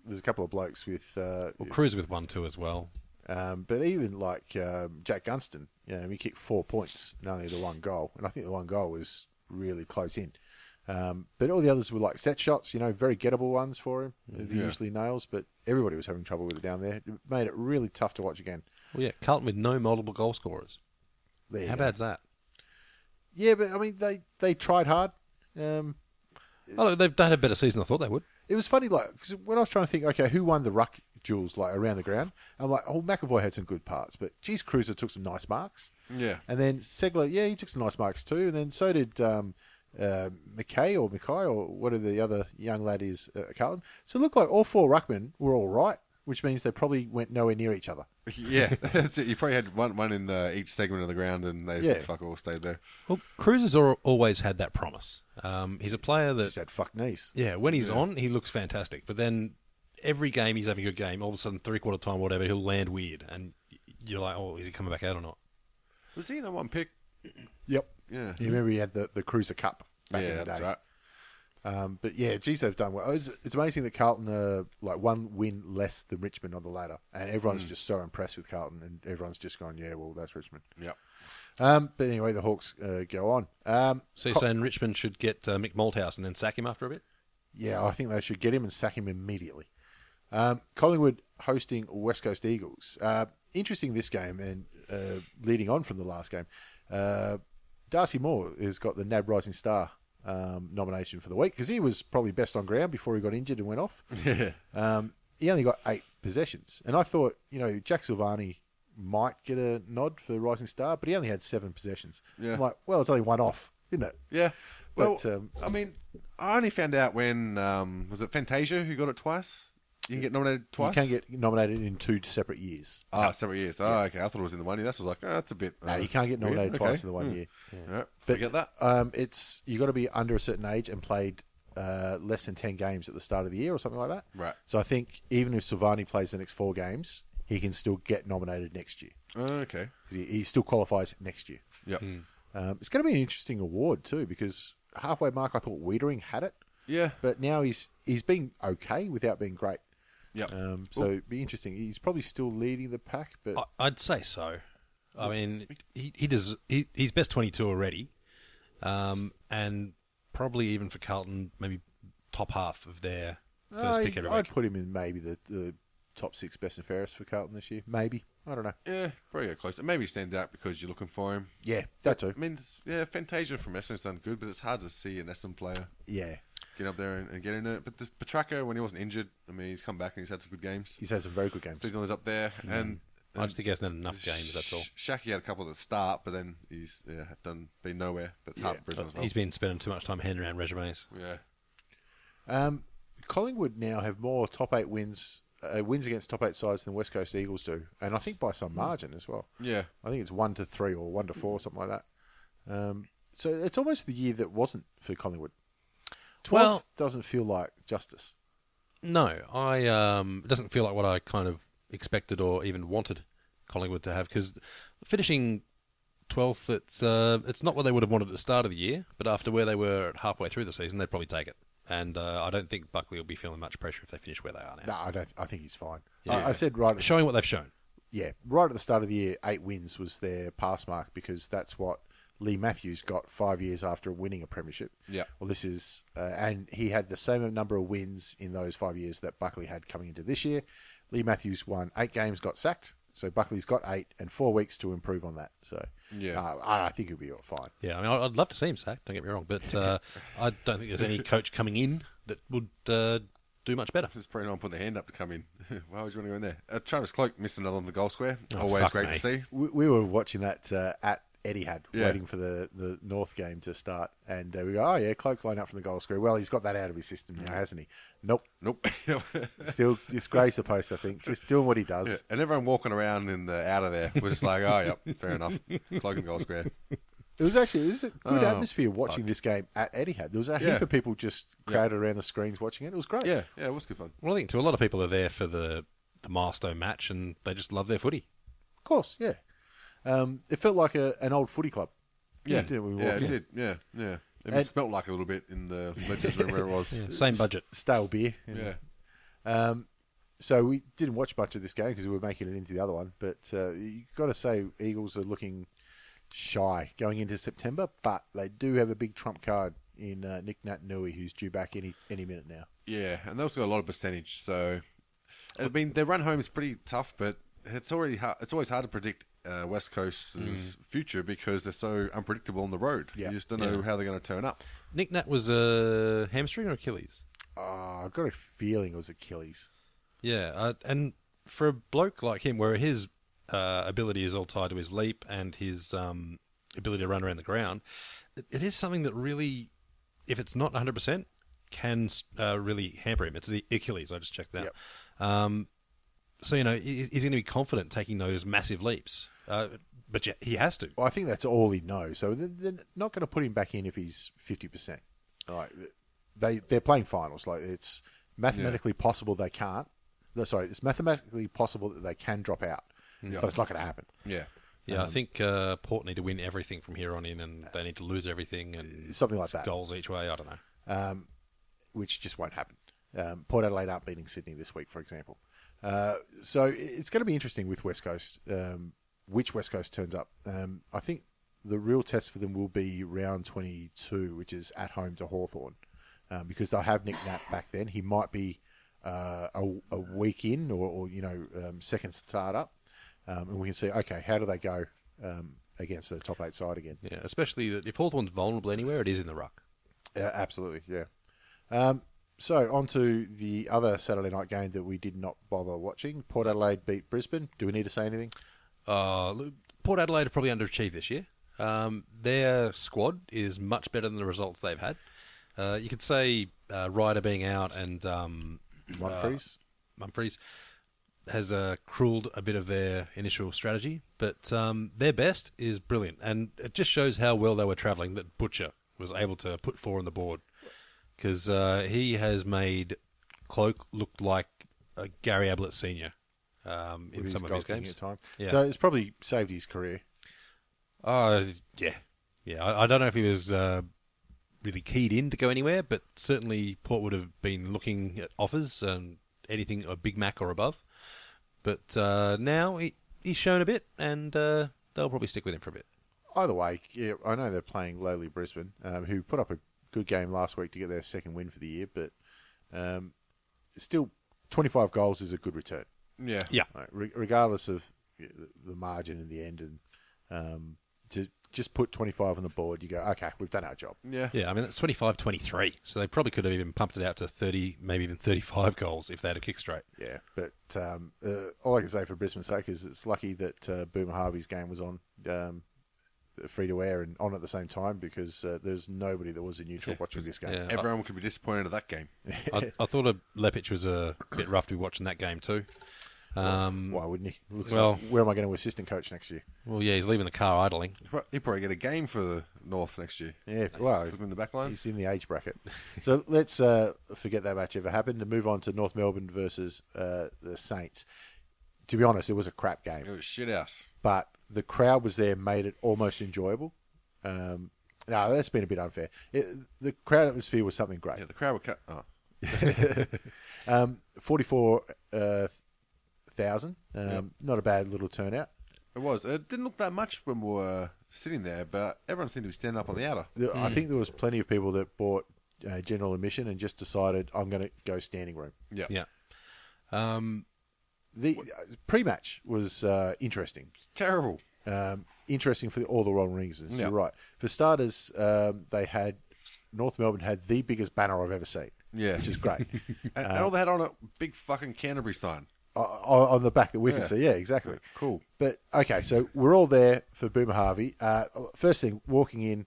Speaker 3: Hmm.
Speaker 1: there's a couple of blokes with, uh,
Speaker 2: Well, Cruz with one two as well.
Speaker 1: um, but even like um, Jack Gunston, you know, he kicked four points and only the one goal, and I think the one goal was really close in. Um, but all the others were like set shots, you know, very gettable ones for him. He usually nails, but everybody was having trouble with it down there. It made it really tough to watch again.
Speaker 2: Well, yeah, Carlton with no multiple goal scorers.
Speaker 1: There you
Speaker 2: How
Speaker 1: go.
Speaker 2: bad's that?
Speaker 1: Yeah, but I mean, they they tried hard. Um,
Speaker 2: Oh, look, they've had a better season. than I thought they would.
Speaker 1: it was funny, like 'cause when I was trying to think, okay, who won the ruck duels like around the ground? I'm like, oh, McAvoy had some good parts, but geez, Cruiser took some nice marks.
Speaker 3: Yeah.
Speaker 1: and then Segler, yeah, he took some nice marks too, and then so did um, uh, McKay or McKay or whatever the other young lad is at Carlton. So it looked like all four ruckmen were all right, which means they probably went nowhere near each other.
Speaker 3: yeah, that's it. You probably had one one in the, each segment of the ground, and they
Speaker 1: Yeah.
Speaker 3: fuck all stayed there.
Speaker 2: Well, Cruz has al- always had that promise. Um, he's a player that
Speaker 1: Just had fuck knees.
Speaker 2: Yeah, when he's on, he looks fantastic. But then every game he's having a good game, all of a sudden three quarter time, whatever, he'll land weird, and you're like, oh, is he coming back out or not?
Speaker 3: Was he number one pick?
Speaker 1: Yep.
Speaker 3: Yeah.
Speaker 1: You remember he had the, the Cruiser Cup back in
Speaker 3: yeah,
Speaker 1: the
Speaker 3: that's
Speaker 1: day.
Speaker 3: right.
Speaker 1: Um, but yeah, geez, they've done well. It's, it's amazing that Carlton are like one win less than Richmond on the ladder, and everyone's just so impressed with Carlton, and everyone's just gone, yeah, well, that's Richmond.
Speaker 3: Yep.
Speaker 1: Um, but anyway, the Hawks uh, go on. Um,
Speaker 2: So you're saying Richmond should get uh, Mick Malthouse and then sack him after a bit?
Speaker 1: yeah, I think they should get him and sack him immediately. Um, Collingwood hosting West Coast Eagles. Uh, interesting this game, and uh, leading on from the last game, uh, Darcy Moore has got the NAB Rising Star um, nomination for the week because he was probably best on ground before he got injured and went off. um, he only got eight possessions, and I thought you know Jack Silvani might get a nod for Rising Star, but he only had seven possessions.
Speaker 3: Yeah.
Speaker 1: I'm like, well, it's only one off, isn't it?
Speaker 3: Yeah. Well,
Speaker 1: But, um,
Speaker 3: I mean, I only found out when um, was it Fantasia who got it twice. You can get nominated twice.
Speaker 1: You can get nominated in two separate years.
Speaker 3: ah several years. Oh, okay. I thought it was in the one year. That's was like oh, that's a bit.
Speaker 1: No,
Speaker 3: uh,
Speaker 1: you can't get
Speaker 3: weird.
Speaker 1: nominated twice
Speaker 3: Okay.
Speaker 1: in the one
Speaker 3: Hmm.
Speaker 1: year.
Speaker 3: Yeah,
Speaker 1: But,
Speaker 3: forget that.
Speaker 1: Um, it's you got to be under a certain age and played uh, less than ten games at the start of the year or something like that.
Speaker 3: Right.
Speaker 1: So I think even if Silvani plays the next four games, he can still get nominated next year.
Speaker 3: Okay.
Speaker 1: 'Cause He, he still qualifies next year.
Speaker 3: Yep.
Speaker 1: Um, it's going to be an interesting award too because halfway mark I thought Wiedering had it.
Speaker 3: Yeah.
Speaker 1: But now he's he's been okay without being great.
Speaker 3: Yep.
Speaker 1: Um, so it'd be interesting. He's probably still leading the pack, but
Speaker 2: I, I'd say so. I mean, he he does. He, he's best twenty two already, um, and probably even for Carlton, maybe top half of their first
Speaker 1: I'd,
Speaker 2: pick every
Speaker 1: Uh, I'd
Speaker 2: week.
Speaker 1: put him in maybe the, the top six best and fairest for Carlton this year. Maybe I don't know.
Speaker 3: yeah. Probably go close. And maybe he stands out because you're looking for him.
Speaker 1: Yeah, that too.
Speaker 3: I mean, it's- yeah, Fantasia from Essendon's done good, but it's hard to see an Essendon player
Speaker 1: Yeah,
Speaker 3: get up there and, and get in it. But the Petraka, when he wasn't injured, I mean, he's come back and he's had some good games.
Speaker 1: he's Hmm. had some very good games.
Speaker 3: Signal is up there, and,
Speaker 2: I just think he hasn't had enough games. That's all.
Speaker 3: Sh- Shaki had a couple at the start, but then he's yeah, done been nowhere. But it's hard for Brisbane as well.
Speaker 2: He's been spending too much time handing around resumes.
Speaker 3: yeah,
Speaker 1: Um, Collingwood now have more top eight wins uh, wins against top eight sides than West Coast Eagles do, and I think by
Speaker 2: Hmm.
Speaker 1: some margin as well.
Speaker 3: yeah,
Speaker 1: I think it's one to three or one to four, something like that. Um, so it's almost the year that wasn't for Collingwood. Twelfth
Speaker 2: Well-
Speaker 1: doesn't feel like justice.
Speaker 2: No, I um, it doesn't feel like what I kind of expected or even wanted Collingwood to have because finishing twelfth, it's uh, it's not what they would have wanted at the start of the year, but after where they were at halfway through the season, they'd probably take it. And uh, I don't think Buckley will be feeling much pressure if they finish where they are now,
Speaker 1: No, I don't. I think he's fine. I, I said right. At the
Speaker 2: showing what they've shown.
Speaker 1: yeah, right at the start of the year, eight wins was their pass mark because that's what Lee Matthews got five years after winning a premiership.
Speaker 3: Yeah.
Speaker 1: Well, this is, uh, and he had the same number of wins in those five years that Buckley had coming into this year. Lee Matthews won eight games, got sacked. So Buckley's got eight and four weeks to improve on that. So
Speaker 3: Yeah.
Speaker 1: uh, I I think he'll be fine.
Speaker 2: Yeah, I mean, I- I'd love to see him sacked. Don't get me wrong, but uh, I don't think there's any coach coming in that would uh, do much better.
Speaker 3: there's probably no one put their hand up to come in. Why would you want to go in there? Uh, Travis Cloak missed another on the goal square. Always
Speaker 2: Oh, fuck
Speaker 3: great
Speaker 2: me.
Speaker 3: to see.
Speaker 1: We, we were watching that uh, at Etihad,
Speaker 3: Yeah.
Speaker 1: waiting for the, the North game to start, and uh, we go, oh yeah, Cloak's lined up from the goal screw. Well, he's got that out of his system
Speaker 3: Mm-hmm.
Speaker 1: now, hasn't he? Nope.
Speaker 3: Nope.
Speaker 1: Still disgrace the post, I think. Just doing what he does.
Speaker 3: Yeah, and everyone walking around in the out of there was just like, oh, yep, fair enough. Cloak in the goal square.
Speaker 1: It was actually it was a good atmosphere watching this game at Etihad. There was a heap
Speaker 3: Oh, Yeah.
Speaker 1: of people just crowded around the screens watching it. It was great.
Speaker 3: Yeah, yeah, it was good fun.
Speaker 2: Well, I think too, a lot of people are there for the the milestone match, and they just love their footy.
Speaker 1: of course. Yeah, um, it felt like a, an old footy club.
Speaker 3: Yeah,
Speaker 1: didn't it, when we
Speaker 3: yeah,
Speaker 1: walked
Speaker 3: it
Speaker 1: in?
Speaker 3: did. Yeah, yeah. It
Speaker 1: And-
Speaker 3: smelt like a little bit in the legends room where it was.
Speaker 2: Same budget.
Speaker 1: stale beer.
Speaker 3: yeah.
Speaker 1: So we didn't watch much of this game because we were making it into the other one. But uh, you got to say, Eagles are looking shy going into September, but they do have a big trump card in uh, Nick Nat Nui, who's due back any any minute now.
Speaker 3: Yeah, and they also got a lot of percentage. So, I mean, their run home is pretty tough, but it's already hard, it's always hard to predict uh, West Coast's future because they're so unpredictable on the road.
Speaker 1: Yeah.
Speaker 3: You just don't know how they're going to turn up.
Speaker 2: Nick Nat was a hamstring or Achilles?
Speaker 1: Oh, I've got a feeling it was Achilles.
Speaker 2: Yeah, uh, and for a bloke like him, where his uh, ability is all tied to his leap and his um, ability to run around the ground, it, it is something that really, if it's not 100%, can uh, really hamper him. It's the Achilles, I just checked that. Um, so, you know, he, he's going to be confident taking those massive leaps. Uh, but yeah, he has to.
Speaker 1: Well, I think that's all he knows. So they're, they're not going to put him back in if he's fifty percent. Like they they're playing finals. Like it's mathematically possible they can't. no, Sorry, it's mathematically possible that they can drop out, but it's not going to happen.
Speaker 3: Yeah.
Speaker 2: Yeah, I think uh, Port need to win everything from here on in, and they need to lose everything and
Speaker 1: Something like that.
Speaker 2: goals each way. I don't know.
Speaker 1: which just won't happen. Um, Port Adelaide aren't beating Sydney this week, for example. Uh, so i- it's going to be interesting with West Coast, um, which West Coast turns up. Um, I think the real test for them will be round 22, which is at home to Hawthorn, um, because they'll have Nick Knapp back then. He might be uh, a, a week in or, or you know, um, second start up. Um, and we can see, okay, how do they go um, against the top eight side again?
Speaker 2: Yeah, especially that if Hawthorn's vulnerable anywhere, it is in the ruck.
Speaker 1: Yeah, absolutely. Yeah. Um, so on to the other Saturday night game that we did not bother watching. Port Adelaide beat Brisbane. Do we need to say anything?
Speaker 2: Uh, look, Port Adelaide have probably underachieved this year. Um, their squad is much better than the results they've had. Uh, you could say uh, Ryder being out and um,
Speaker 1: Monfries.
Speaker 2: Mumfries has uh, crueled a bit of their initial strategy, but um, their best is brilliant, and it just shows how well they were travelling that Butcher was able to put four on the board because uh, he has made Cloak look like uh, Gary Ablett Senior um, in
Speaker 1: with
Speaker 2: some of
Speaker 1: goal
Speaker 2: his
Speaker 1: kicking
Speaker 2: games.
Speaker 1: at time.
Speaker 2: Yeah.
Speaker 1: So it's probably saved his career.
Speaker 2: Uh, yeah, yeah. I, I don't know if he was uh, really keyed in to go anywhere, but certainly Port would have been looking at offers and anything a Big Mac or above. But uh, now he, he's shown a bit, and uh, they'll probably stick with him for a bit.
Speaker 1: Either way, yeah, I know they're playing lowly Brisbane, um, who put up a good game last week to get their second win for the year, but um, still, 25 goals is a good return.
Speaker 3: Yeah.
Speaker 2: Yeah,
Speaker 1: Like, re- regardless of yeah, the- the margin in the end, and um, to just put 25 on the board, you go, okay, we've done our job.
Speaker 3: Yeah.
Speaker 2: yeah. I mean that's 25-23, so they probably could have even pumped it out to thirty, maybe even thirty-five goals if they had a kick straight.
Speaker 1: Yeah, but um, uh, all I can say for Brisbane's sake is it's lucky that uh, Boomer Harvey's game was on um, free to air and on at the same time because uh, there's nobody that was a neutral watching this game.
Speaker 2: Yeah.
Speaker 3: Everyone could be disappointed at that game.
Speaker 2: I, I thought a Lepic was a bit rough to be watching that game too.
Speaker 1: Why wouldn't he? Looks
Speaker 2: Well-
Speaker 1: like, where am I going to assistant coach next year?
Speaker 2: Well, yeah, he's leaving the car idling.
Speaker 3: He'll probably get a game for the North next year.
Speaker 1: Yeah,
Speaker 3: Wow.
Speaker 1: wow.
Speaker 3: Slip him in the back line.
Speaker 1: He's in the age bracket. So let's uh, forget that match ever happened and move on to North Melbourne versus uh, the Saints. To be honest, it was a crap game.
Speaker 3: It was shit house.
Speaker 1: but the crowd was there made it almost enjoyable. Um, no, that's been a bit unfair. It, the crowd atmosphere was something great.
Speaker 3: Yeah, the crowd were cut. Oh.
Speaker 1: Forty-four uh, thousand, um, not a bad little turnout.
Speaker 3: It was. It didn't look that much when we were sitting there, but everyone seemed to be standing up on the outer.
Speaker 1: There- I think there was plenty of people that bought uh, general admission and just decided I'm going to go standing room.
Speaker 3: Yeah.
Speaker 2: Yeah.
Speaker 1: The uh, pre-match was uh, interesting.
Speaker 3: Terrible.
Speaker 1: um, interesting for the, all the wrong reasons.
Speaker 3: Yeah.
Speaker 1: You're right. For starters, um, they had North Melbourne had the biggest banner I've ever seen.
Speaker 3: Yeah.
Speaker 1: which is great.
Speaker 3: And, and all they had on a big fucking Canterbury sign.
Speaker 1: O- o- on the back that we can
Speaker 3: Yeah.
Speaker 1: see. Yeah, exactly.
Speaker 3: Cool.
Speaker 1: But okay, so we're all there for Boomer Harvey. Uh, first thing, walking in.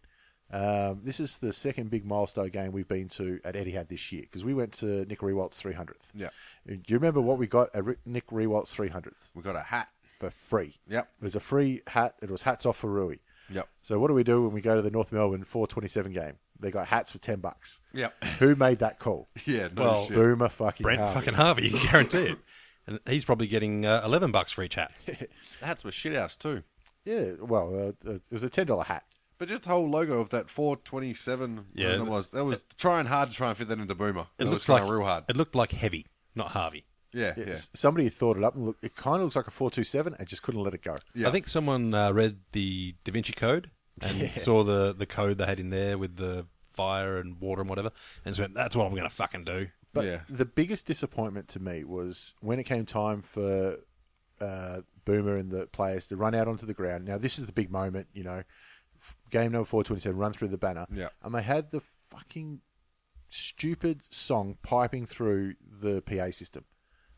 Speaker 1: Um, this is the second big milestone game we've been to at Etihad this year because we went to Nick Rewalt's 300th.
Speaker 3: Yeah.
Speaker 1: Do you remember what we got at Ri- Nick Rewalt's 300th?
Speaker 3: We got a hat.
Speaker 1: for free.
Speaker 3: Yep.
Speaker 1: It was a free hat. It was hats off for Rui.
Speaker 3: Yep.
Speaker 1: So what do we do when we go to the North Melbourne 427 game? They got hats for 10 bucks.
Speaker 3: Yep.
Speaker 1: Who made that call?
Speaker 3: Yeah, no
Speaker 2: Well,
Speaker 3: shit.
Speaker 1: Boomer fucking
Speaker 2: Brent
Speaker 1: Harvey.
Speaker 2: fucking Harvey, you can guarantee it. And he's probably getting uh, 11 bucks for each hat.
Speaker 3: The hats were shit house too.
Speaker 1: Yeah, well, uh, uh, it was a $10 hat.
Speaker 3: But just the whole logo of that 427,
Speaker 2: Yeah.
Speaker 3: yeah, that was that was trying hard to try and fit that into Boomer. It was
Speaker 2: looks
Speaker 3: trying
Speaker 2: like
Speaker 3: real hard.
Speaker 2: It looked like heavy, not Harvey.
Speaker 3: yeah, yeah,
Speaker 1: S- Somebody thought it up and look, it kind of looks like a 427 and just couldn't let it go.
Speaker 3: Yeah.
Speaker 2: I think someone uh, read the Da Vinci Code and saw the the code they had in there with the fire and water and whatever, and just went, "That's what I'm going to fucking do."
Speaker 1: But
Speaker 3: Yeah.
Speaker 1: the biggest disappointment to me was when it came time for uh, Boomer and the players to run out onto the ground. Now this is the big moment, you know, F- game number four twenty seven. Run through the banner,
Speaker 3: Yeah.
Speaker 1: and they had the fucking stupid song piping through the PA system.